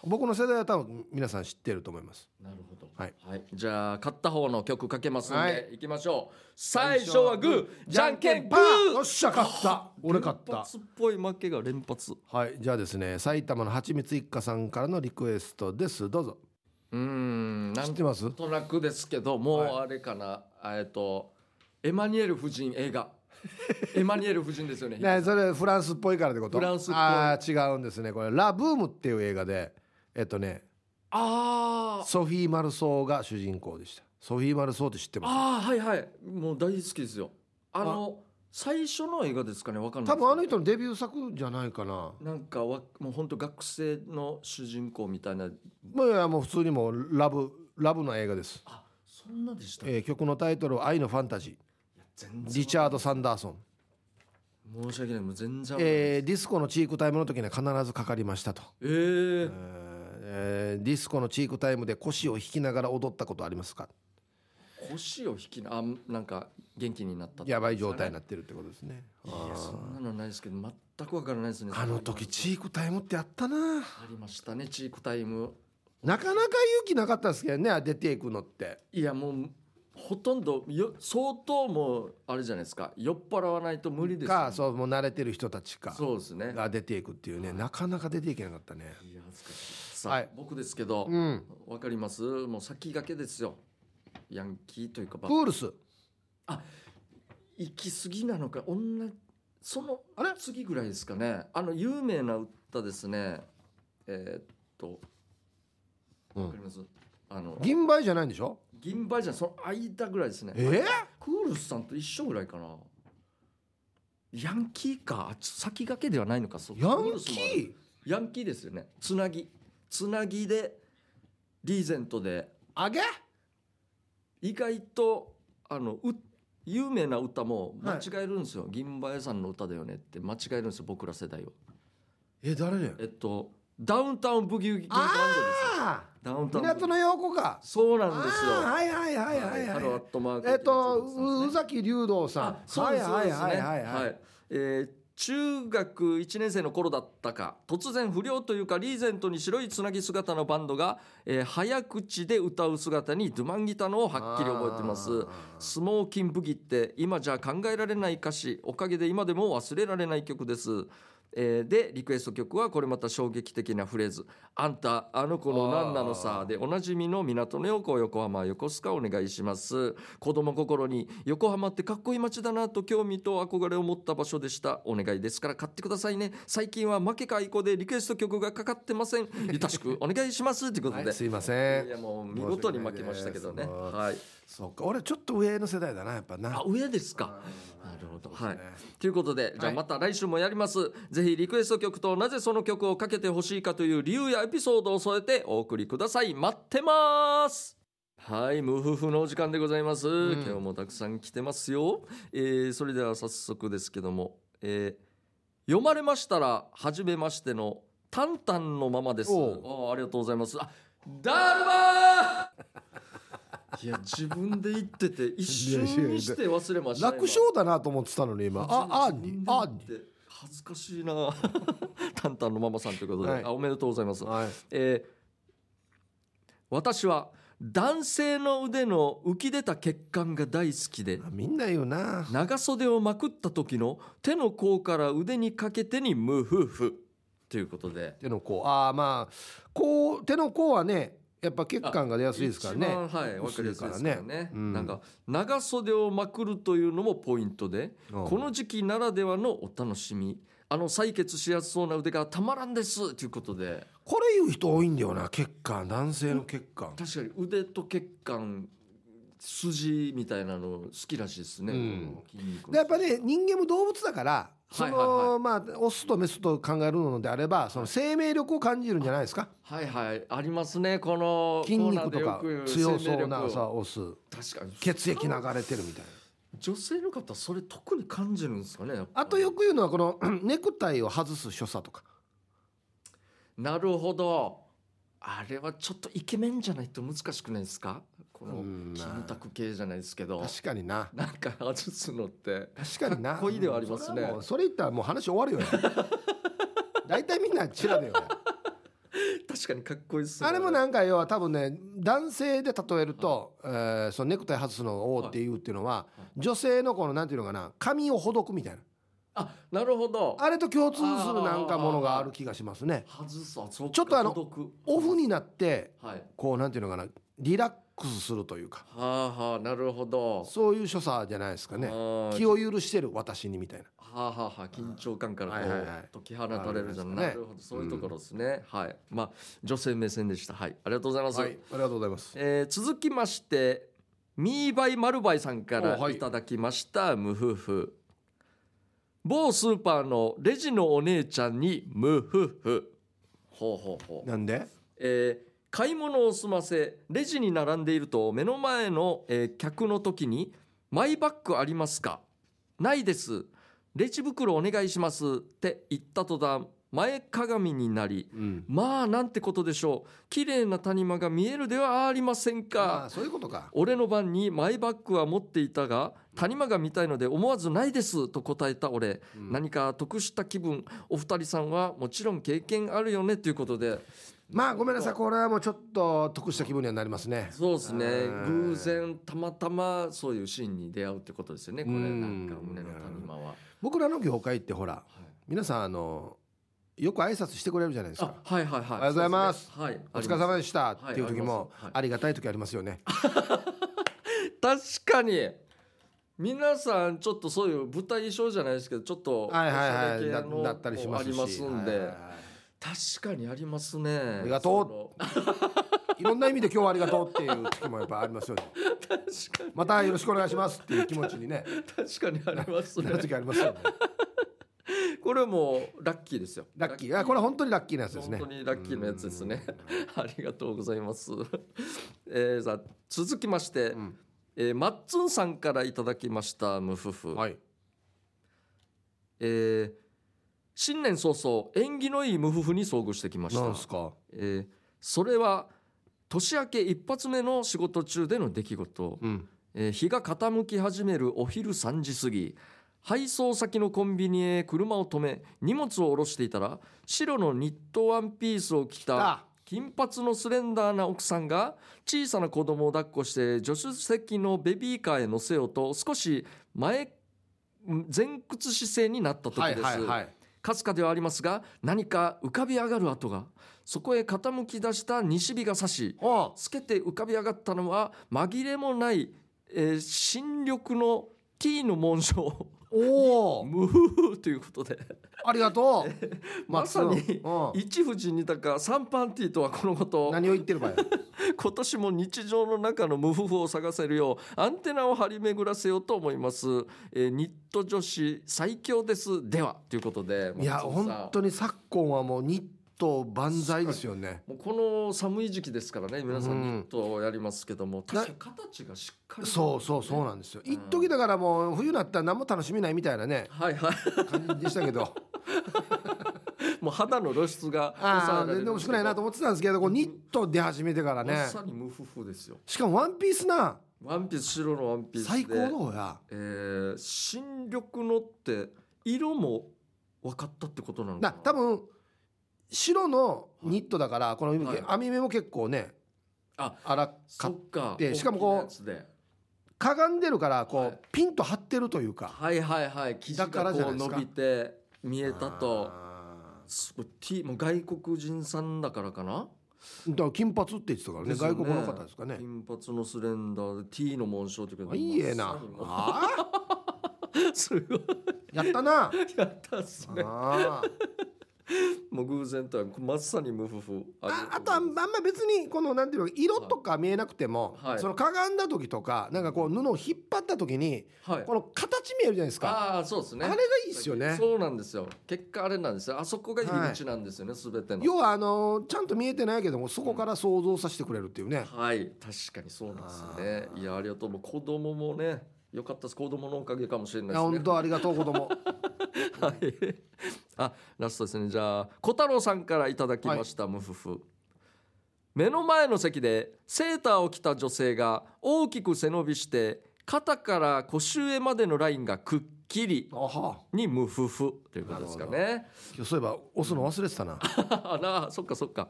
僕の世代は多分皆さん知ってると思います
なるほど
はい、
じゃあ買った方の曲かけますんで、、
はい
きましょう最初はグーじゃんけんパ
ー
ー
よっしゃ勝った俺勝った
連発っぽい負けが連発
はいじゃあですね埼玉のはちみつ一家さんからのリクエストですどうぞ
うーんな
知
ん
ってます
となくですけどもう
は
あれかな、えっとエマニュエル夫人映 画エマニュエル夫人ですよね
ねそれフランスっぽいからってこと
フランスっぽい
あー違うんですねこれ「ラ・ブーム」っていう映画でえっとね
あー
ソフィー・マルソーが主人公でしたソフィー・マルソーって知ってます
あーはいはいもう大好きですよあの最初の映画ですかねわかんない
多
です
分あの人のデビュー作じゃないかな
なんかわもう本当学生の主人公みたいな
まあいやもう普通にもうラブラブの映画です、
あそんなでした、
えー曲のタイトルは「愛のファンタジー」
全然
リチャード・サンダーソン、
申し訳ないもう全然わかんない
えーディスコのチークタイムの時には必ずかかりましたと、
えー
えーえーディスコのチークタイムで腰を引きながら踊ったことありますか
腰を引きなあなんか元気になったって
やばい状態になってるってことですね
いやそんなのないですけど全くわからないですね
あの時チ
ー
ークタイムってやったな
ありましたねチークタイム
なかなか勇気なかったですけどね出ていくのって
いやもうほとんどよ相当もうあれじゃないですか酔っ払わないと無理ですよね
かそうもう慣れてる人たちか
そうですね
が出ていくっていうねなかなか出ていけなかったね
いや恥ずかしいさあ、
はい
僕ですけどわ、
うん
かりますもう先駆けですよヤンキーというか
プ
ば
ールス
行き過ぎなのか女その
あれ
次ぐらいですかねあの有名な歌ですねえーっと
うん
わかりますあの
銀杯じゃないんでしょ
銀杯じゃんその間ぐらいですね
え
クールスさんと一緒ぐらいかなヤンキーかあちょ先駆けではないのかそう
ー、ヤ
クー
ン
ルス
キ
もある
ー
ヤンキーですよねつなぎつなぎでリーゼントで
あげ
意外とあのう有名な歌も間
はい
違えるんですよ、銀馬屋さんの歌だよねって間違えるんですよ僕ら世代は
え誰ね
えっとダウンタウンブギウギバンドですよ
あ
ダウンタ
あ
ウンブギ
港の陽子か
そうなんですよ
あーはいはいはいはい
ハローア
は
ットマー
い
ク
えっ
ってやつな
と
んですね
う宇崎竜道さ
あ
ん
そう
はい
ですそう
は
で
い
すね
はいはい
は
はい
いえー中学1年生の頃だったか突然不良というかリーゼントに白いつなぎ姿のバンドが、えー早口で歌う姿にドゥマンギタのをはっきり覚えてます
あー
スモーキンブギって今じゃ考えられない歌詞おかげで今でも忘れられない曲です、えーでリクエスト曲はこれまた衝撃的なフレーズ「あんたあの子の何なのさ」でおなじみの港の横横浜横須賀お願いします子供心に横浜ってかっこいい街だなと興味と憧れを持った場所でしたお願いですから買ってくださいね最近は負けか愛子でリクエスト曲がかかってま せんゆたしくお願いしますということで、
はいすいま
い
せ
や
ん
いやもう見事に負けましたけどね
申し訳ないです
はい
そうか俺ちょっと上の世代だなやっぱな
あ上ですかなるほどはい
ね
ということでじゃあまた来週もやります、ぜひリクエスト曲となぜその曲をかけてほしいかという理由やエピソードを添えてお送りください待ってますはい無夫婦のお時間でございます、
ん
今日もたくさん来てますよ、えーそれでは早速ですけども、えー読まれましたら初めましてのタンタンのままです
お
あありがとうございますあダルバ ーいや自分で言ってて一瞬にして忘れましたね
楽勝だなと思ってたのに今ああにあに
恥ずかしいな タンタンのママさんということで、
はい
あおめでとうございます、
はい
えー私は男性の腕の浮き出た血管が大好きで
あみんな言うな
長袖をまくった時の手の甲から腕にかけてに無夫婦ということで
手の甲ああまあこう手の甲はねやっぱ血管が出やすいですからね
一番はいわかりやすいですからね
うん
なんか長袖をまくるというのもポイントで、
うん
この時期ならではのお楽しみあの採血しやすそうな腕がたまらんですということで
これ言う人多いんだよな血管男性の血管
確かに腕と血管筋みたいなの好きらしいですね、
うん
筋肉の
でやっぱね人間も動物だからその、
はいはいは
まあオスとメスと考えるのであればその生命力を感じるんじゃないですか
はいはいありますねこの
筋肉と
コーナ
か
ーでよく
強そ
生命
う
力
な
を
さオス
確かに
血液流れてるみたいな
女性の方それ特に感じるんですかねやっぱ
あとよく言うのはこ のネクタイを外す所作とか
なるほどあれはちょっとイケメンじゃないと難しくないですかこの
うん
キ
まあ
ムタク系じゃないですけど
確かにな
なんか外すのって
確かにな
かっこいいではありますね
それもうそれ言ったらもう話終わるよね 大体みんなチラだよね
確かにかっこいいですね
あれもなんか要は多分ね男性で例えると、えーそのネクタイ外すのを「おう」っていうっていうのは、
いはい
女性のこのなんていうのかな髪をほどくみたいな
あなるほど
あれと共通するなんかものがある気がしますね
外すあそうか
ちょっとあの
孤独
オフになって
はい
こうなんていうのかなリラックスするというか
はあはあなるほど
そういう所作じゃないですかね
あー
気を許してる私にみたいな
はあはあはあ緊張感からこ
はいはいはいう
解き放たれるじゃん
あるんですかね
なるほどそういうところですねはいまあ女性目線でしたはいありがとうございます
はいありがとうございます
えー続きましてミーバイマルバイさんか
おは
ら
い
いただきました無夫婦某スーパーのレジのお姉ちゃんに無夫婦ほうほうほう
なんで
えー買い物を済ませレジに並んでいると目の前の、えー客の時に「マイバッグありますか?」「ないです」「レジ袋お願いします」って言った途端前かがみになり
うん
まあなんてことでしょう綺麗な谷間が見えるではありません
あ
か
あそういうことか
俺の番にマイバッグは持っていたが谷間が見たいので思わずないですと答えた俺、
うん
何か得した気分お二人さんはもちろん経験あるよねということで
まあごめんなさいこれはもうちょっと得した気分にはなりますね
そうですね
うん
偶然たまたまそういうシーンに出会うってことですよねこれ
うん
なんか胸の谷間は、はい
僕らの業界ってほら皆さんあのよく挨拶してくれるじゃないです
あ
か
はいはいはい
ありがとうございます
そうでね
お
はい
疲れ様でした
はい
っていう時
あり
も
ますはい
ありがたい時ありますよね
確かに皆さんちょっとそういう舞台衣装じゃないですけどちょっと
はいはい
お
はい
しゃれ
だ
系の
だったりしますし
ありますん
はい
で、
はいは
確かにありますねあ
りがと いいろんな意味で今日はありがとうっていう時もやっぱありますよねまたよろしくお願いしますっていう気持ちに ね
確かにあります
な
ね
る時ありますよね
これもうラッキーですよ
ラッキーいやこれ本当にラッキーなやつですね
本当にラッキーのやつですね ありがとうございます、 えー、さあ続きまして、
ん
えーマッツンさんからいただきました無夫婦、
はい
えー新年早々縁起のいい無夫婦に遭遇してきました
なんすか
えーそれは年明け一発目の仕事中での出来事、
うん
えー日が傾き始めるお昼3時過ぎ配送先のコンビニへ車を止め荷物を下ろしていたら白のニットワンピースを着た
あ
金髪のスレンダーな奥さんが小さな子供を抱っこして助手席のベビーカーへ乗せようと少し前前屈姿勢になった時
は
で
い
す。
はいはい
かすかではありますが何か浮かび上がる跡がそこへ傾き出した西日が差し
お
透けて浮かび上がったのは紛れもない、えー新緑の T の紋 章
おー
ムフフということで
ありがと う
まさに
松尾
一富士二鷹三パンティとはこのこ
うん
と
何を言ってる場合
今年も日常の中の無夫婦を探せるようアンテナを張り巡らせようと思います、えーニット女子最強ですではということで
いや
松尾さん
本当に昨今はもうニット万歳ですよね
もうこの寒い時期ですからね皆さ
うん
んニットをやりますけども、確かに形がしっかり
そうそうそうなんですよ一時だからもう冬になったら何も楽しみないみたいなね
はいはい
感じでしたけど
もう肌の露出が抑
ああ
えられる
全然面白くないなと思ってたんですけどこうニット出始めてからね
まさに無夫婦ですよ
しかもワンピースな
ワンピース白のワンピースで
最高のや
えー新緑のって色も分かったってことなのか
だ
な
多分白のニットだからこの
はい
編み目も結構ね
あ
荒か
そっか
でしかもこう
大きなやつで
かがんでるからこ
は
う
い
ピンと張ってるというか
はいはいはい生地が
だからじゃ
こ
な
う
いです
伸
か
びて見えたと
あー
す T もう外国人さんだからかな
だから金髪って言ってたからね
ですよね
外国の方ですかね
金髪のスレンダーで T の紋章ってこと
あいいえなああ
すごい
やっ たな
やったっすね
あー
もう偶然とはまさに無夫婦
ああとはあんま別にこのなんていうの色とか見えなくても、
はい
そのかがんだ時とかなんかこう布を引っ張った時に
はい
この形見えるじゃないですか、
ああそうですね
あれがいいですよね
そうなんですよ結果あれなんですよあそこが入り口なんですよね、すべての
要はあのーちゃんと見えてないけどもそこから想像させてくれるっていうね、
はい確かにそうなんですよねいやありがとうもう子供もねよかったです子供のおかげかもしれない
い
で
や
すね
本当ありがとう 子供
はい。あ、ラストですね。じゃあ、小太郎さんからいただきました、無夫婦。目の前の席でセーターを着た女性が大きく背伸びして肩から腰上までのラインがくっきり
あは
に無夫婦ということですかね。
今日そういえば押すの忘れてた な、
あらそっかそっか。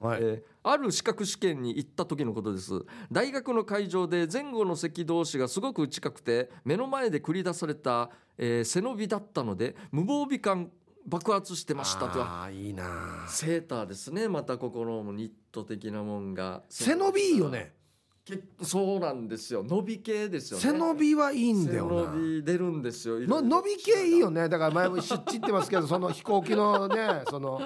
はい、
えーある資格試験に行った時のことです大学の会場で前後の席同士がすごく近くて目の前で繰り出された、えー背伸びだったので無防備感爆発してましたとは
ああいいな
セーターですねまたここのニット的なもんが
背伸びいいよね
けそうなんですよ伸び系ですよね
背伸びはいいんだよ
背
な
伸び出るんですよ
の伸び系いいよねだから前も知知ってますけどその飛行機 のねその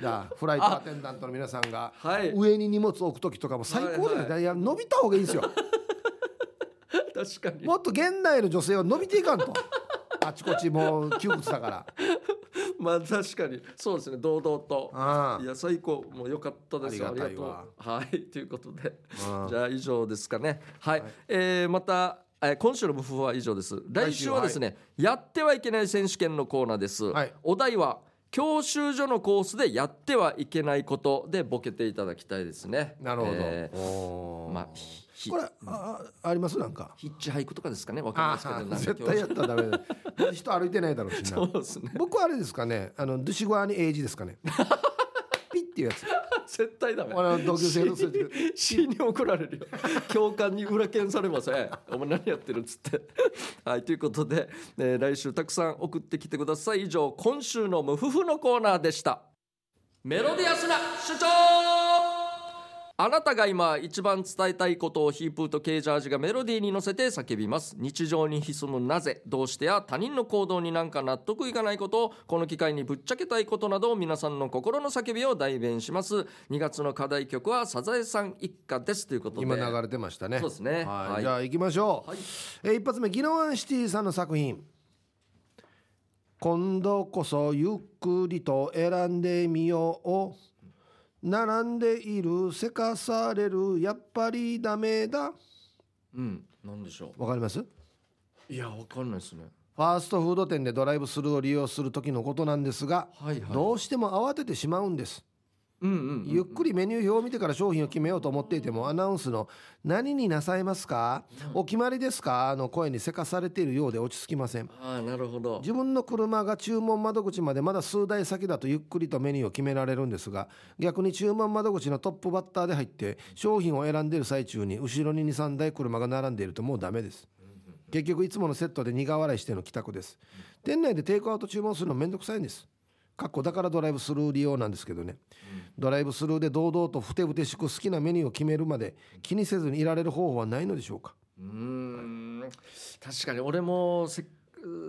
だフライトアテンダントの皆さんが
はい
上に荷物置く時とかも最高
は
だよね、
いはい
いや伸びた方がいいんですよ
確かに
もっと現代の女性は伸びていかんとあちこちもう窮屈だから
まあ確かにそうですね堂々と
あ
いや最高もう良かったです
ありがたいわ
ありがとうはいということで
あ
じゃあ以上ですかね。はい、えーまた、えー今週の無フは以上です。来週はですね、やってはいけない選手権のコーナーです。
はい
お題は教習所のコースでやってはいけないことでボケていただきたいですね。
なるほど、
えー
おー
まあひひ
これああありますなんか
ヒッチハイクとかですかね。わかり
あ
ますけど、なんか
ー絶対やったらダメだよ人歩いてないだろうし
教
な
習 そうです ね。
僕はあれですかねあのドゥシゴアにエイジで すかねピッっていうやつ
絶対ダメ。
俺の同級生のそれで
死に怒られるよ教官に裏剣されませんお前何やってるっつってはいということで、えー来週たくさん送ってきてください以上今週の無夫婦のコーナーでしたメロディアスな主張あなたが今一番伝えたいことをヒープーとケージャージがメロディーに乗せて叫びます日常に潜むなぜどうしてや他人の行動になんか納得いかないことをこの機会にぶっちゃけたいことなど皆さんの心の叫びを代弁します2月の課題曲はサザエさん一家ですということで
今流れてましたね
そうですね
はい
はい
じゃあ行きましょう、
はい
えー一発目ギノワンシティさんの作品今度こそゆっくりと選んでみよう並んでいるせかされるやっぱりダメだ
うんなんでしょ
わかりますフ
ういやわかんないですね
ァーストフード店でドライブスルーを利用する時のことなんですが、
はいはい
どうしても慌ててしまうんです
うんうん
ゆっくりメニュー表を見てから商品を決めようと思っていてもアナウンスの「何になさいますか?」「お決まりですか?」の声にせかされているようで落ち着きません
ああなるほど
自分の車が注文窓口までまだ数台先だとゆっくりとメニューを決められるんですが逆に注文窓口のトップバッターで入って商品を選んでいる最中に後ろに23台車が並んでいるともうダメです結局いつものセットで苦笑いしての帰宅です店内でテイクアウト注文するのめんどくさいんですかっこだからドライブスルー利用なんですけどね、ドライブスルーで堂々とふてぶてしく好きなメニューを決めるまで気にせずにいられる方法はないのでしょうか
うーん確かに俺もせっ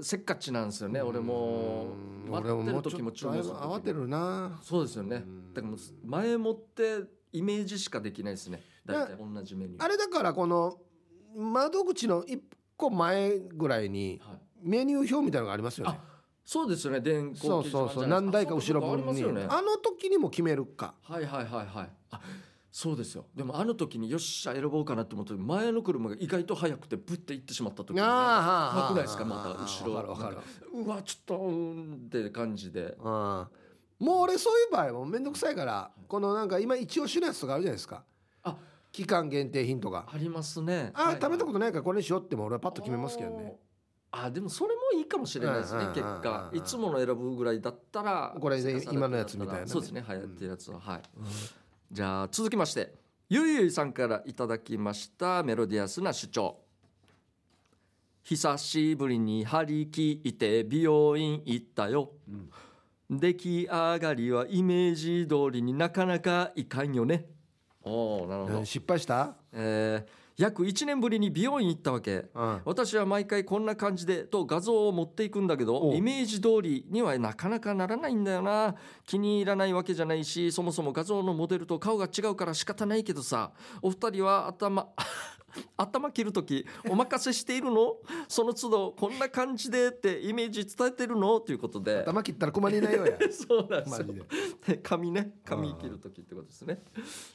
せっかちなんですよね俺も待ってる時も注
だい
文す
ぶ
る時
慌
も
てるな
そうですよねだからもう前もってイメージしかできないですね大体同じメニュー
あれだからこの窓口の一個前ぐらいに
はい、
メニュー表みたいなのがありますよね
あ。そうですよね電光
そうそうそう何台か後ろ
もあり
分
ます
に
よね
あの時にも決めるか。
はいはいはいはいあそうですよでもあの時によっしゃ選ぼうかなって思って前の車が意外と速くてブッて行ってしまった時に
あ
怖
あ
くない
あ
ですかまた後ろ
わかるわかる
なんうわちょっとうんって感じで
あーもう俺そういう場合も面倒くさいからこのなんか今一押しのやつとかあるじゃないですか
あ
期間限定品とか
ありますね
あ
はい
あ食べたことないからこれにしようっても俺はパッと決めますけどね
おーあでもそれもいいかもしれないですね
うんうんうんうん
結果いつもの選ぶぐらいだったら
これで今のやつみたいなね
そうですね流行ってるやつは、はいじゃあ続きましてゆいゆいさんからいただきましたメロディアスな主張久しぶりに張り切って美容院行ったよ、出来上がりはイメージ通りになかなかいかんよねおおなるほど
うん失敗した
えー約1年ぶりに美容院行ったわけ、
うん
私は毎回こんな感じでと画像を持っていくんだけど
おう
イメージ通りにはなかなかならないんだよな気に入らないわけじゃないしそもそも画像のモデルと顔が違うから仕方ないけどさお二人は頭 頭切る時お任せしているのその都度こんな感じでってイメージ伝えてるのということで
頭切ったら困りないよや
そうなんです
マ
よ
ジで
で髪ね髪切る時ってことですね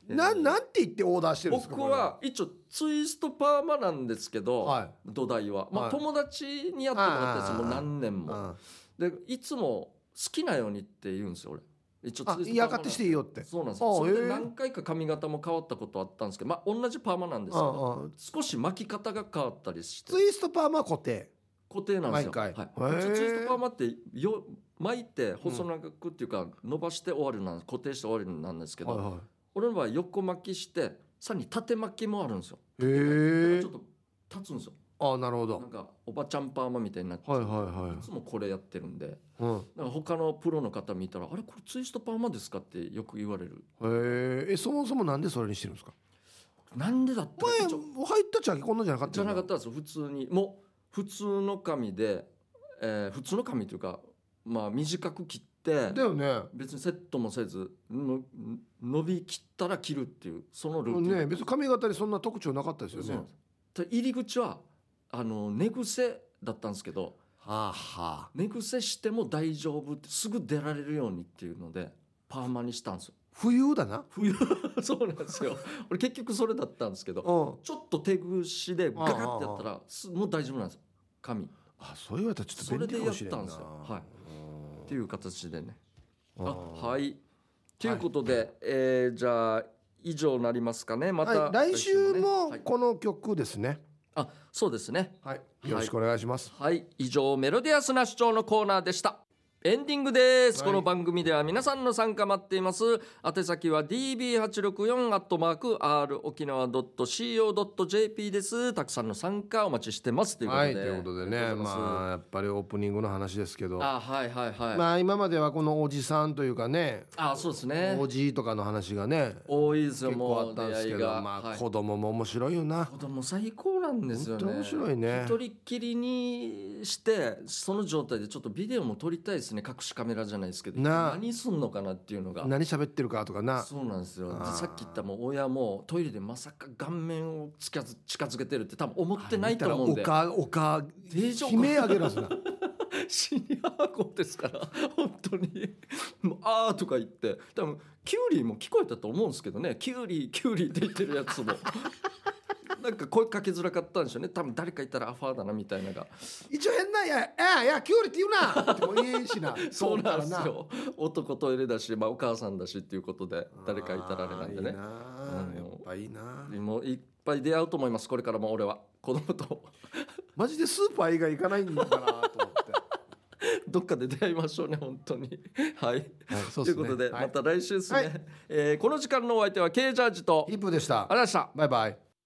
ななんて言ってオーダーしてるんですか
僕は一応ツイストパーマなんですけど、
はい
土台は、まあ
はい
友達にやってもらったんです
ああ
もう何年
これ
も
は
でいつも好きなようにって言うんですよ俺一
あ
ツイスト
嫌がってしていいよって
そうなんです
あ
よ。それ
え
で
え
何回か髪型も変わったことあったんですけど、まあ同じパーマなんですけ
あ
ど、
あ
少し巻き方が変わったりして
ツイストパーマ固定
固定なんですよ。
毎回
はい。
へえ
普通ツイストパーマってよ巻いて細長くっていうか伸ばして終わりなん固定して終わりなんですけど、
は
俺の場合横巻きしてさらに縦巻きもあるんですよ。
いはいへえ
ちょっと立つんですよ。
ああなるほ
なん
ど
かおばちゃんパーマみたいになってて、
はいはい
いつもこれやってるんで。
はい、
なんか他のプロの方見たら「あれこれツイストパーマですか?」ってよく言われる
うん、へええそもそもなんでそれにしてるんですか
なんでだった
前
一応
入ったチャキこんなんじゃなかった
じゃ
よ
なかったんですよ普通にもう普通の髪で、えー普通の髪というかまあ短く切って
だよね
別にセットもせずの伸び切ったら切るっていうそのルーティン
ね別に髪型にそんな特徴なかったですよ
そうなん
ね
ですただ入り口はあの寝癖だったんですけど
はあはあ
寝癖しても大丈夫ってすぐ出られるようにっていうのでパーマにしたんですよ
冬だな
冬 そうなんですよ俺結局それだったんですけど
うん
ちょっと手ぐしでガガってやった
あ
らすもう大丈夫なんですよ髪っ
あそう言われたらちょっと便利かもしれないな
それでやったん
って
いう形でねあ
い
はいということで、えーじゃあ以上になりますかねまた、
はい、来週も
ねはい
この曲ですね、
あそうですね
はい
い
よろしくお願いします、
はい以上メロディアスな主張のコーナーでしたエンディングです、
はい
この番組では皆さんの参加待っています宛先は db864 アットマーク r 沖縄 .co.jp ですたくさんの参加お待ちしてますということ
は
で
いということでね
ありがとうございます
まあやっぱりオープニングの話ですけど
あはいはいはい、
まあ今まではこのおじさんというかね
あそうですね
おじいとかの話がね
多いですよ
結構
も
あ
う
っ
出
たんです
会い
けど
が、
まあ
はい
子供も面白いよな、
子供最高なんですよね
本当面白いね
一人っきりにしてその状態でちょっとビデオも撮りたいですね隠しカメラじゃないですけど
なあ
何すんのかなっていうのが
何喋ってるかとかな
そうなんですよで
あー
さっき言ったもう親もトイレでまさか顔面を近づ近づけてるって多分思ってないと思うんで
あれ見たらおかおか
でしょ
悲鳴あげるはずな
シニア子ですから本当にもうあーとか言って多分キュウリも聞こえたと思うんですけどねキュウリキュウリって言ってるやつ もなんか声かけづらかったんでしょうね多分誰かいたらアファーだなみたいなのが
一応変な「いやいやいやキュウリって言うな!」ってもいいしな
そうなんです
通ったら
よ男トイレだし、まあ、お母さんだしっていうことで誰かいたらあれなんでね
あーいいなやっぱいいな
もういっぱい出会うと思いますこれからも俺は子供と
マジでスーパー以外行かないんだなと思って、
どっかで出会いましょうね本当にはい
はい、そ
ということで、
はい
また来週ですね、
はい
えーこの時間のお相手は K ジャージと
ヒップでした
ありがとうございました
バイバイ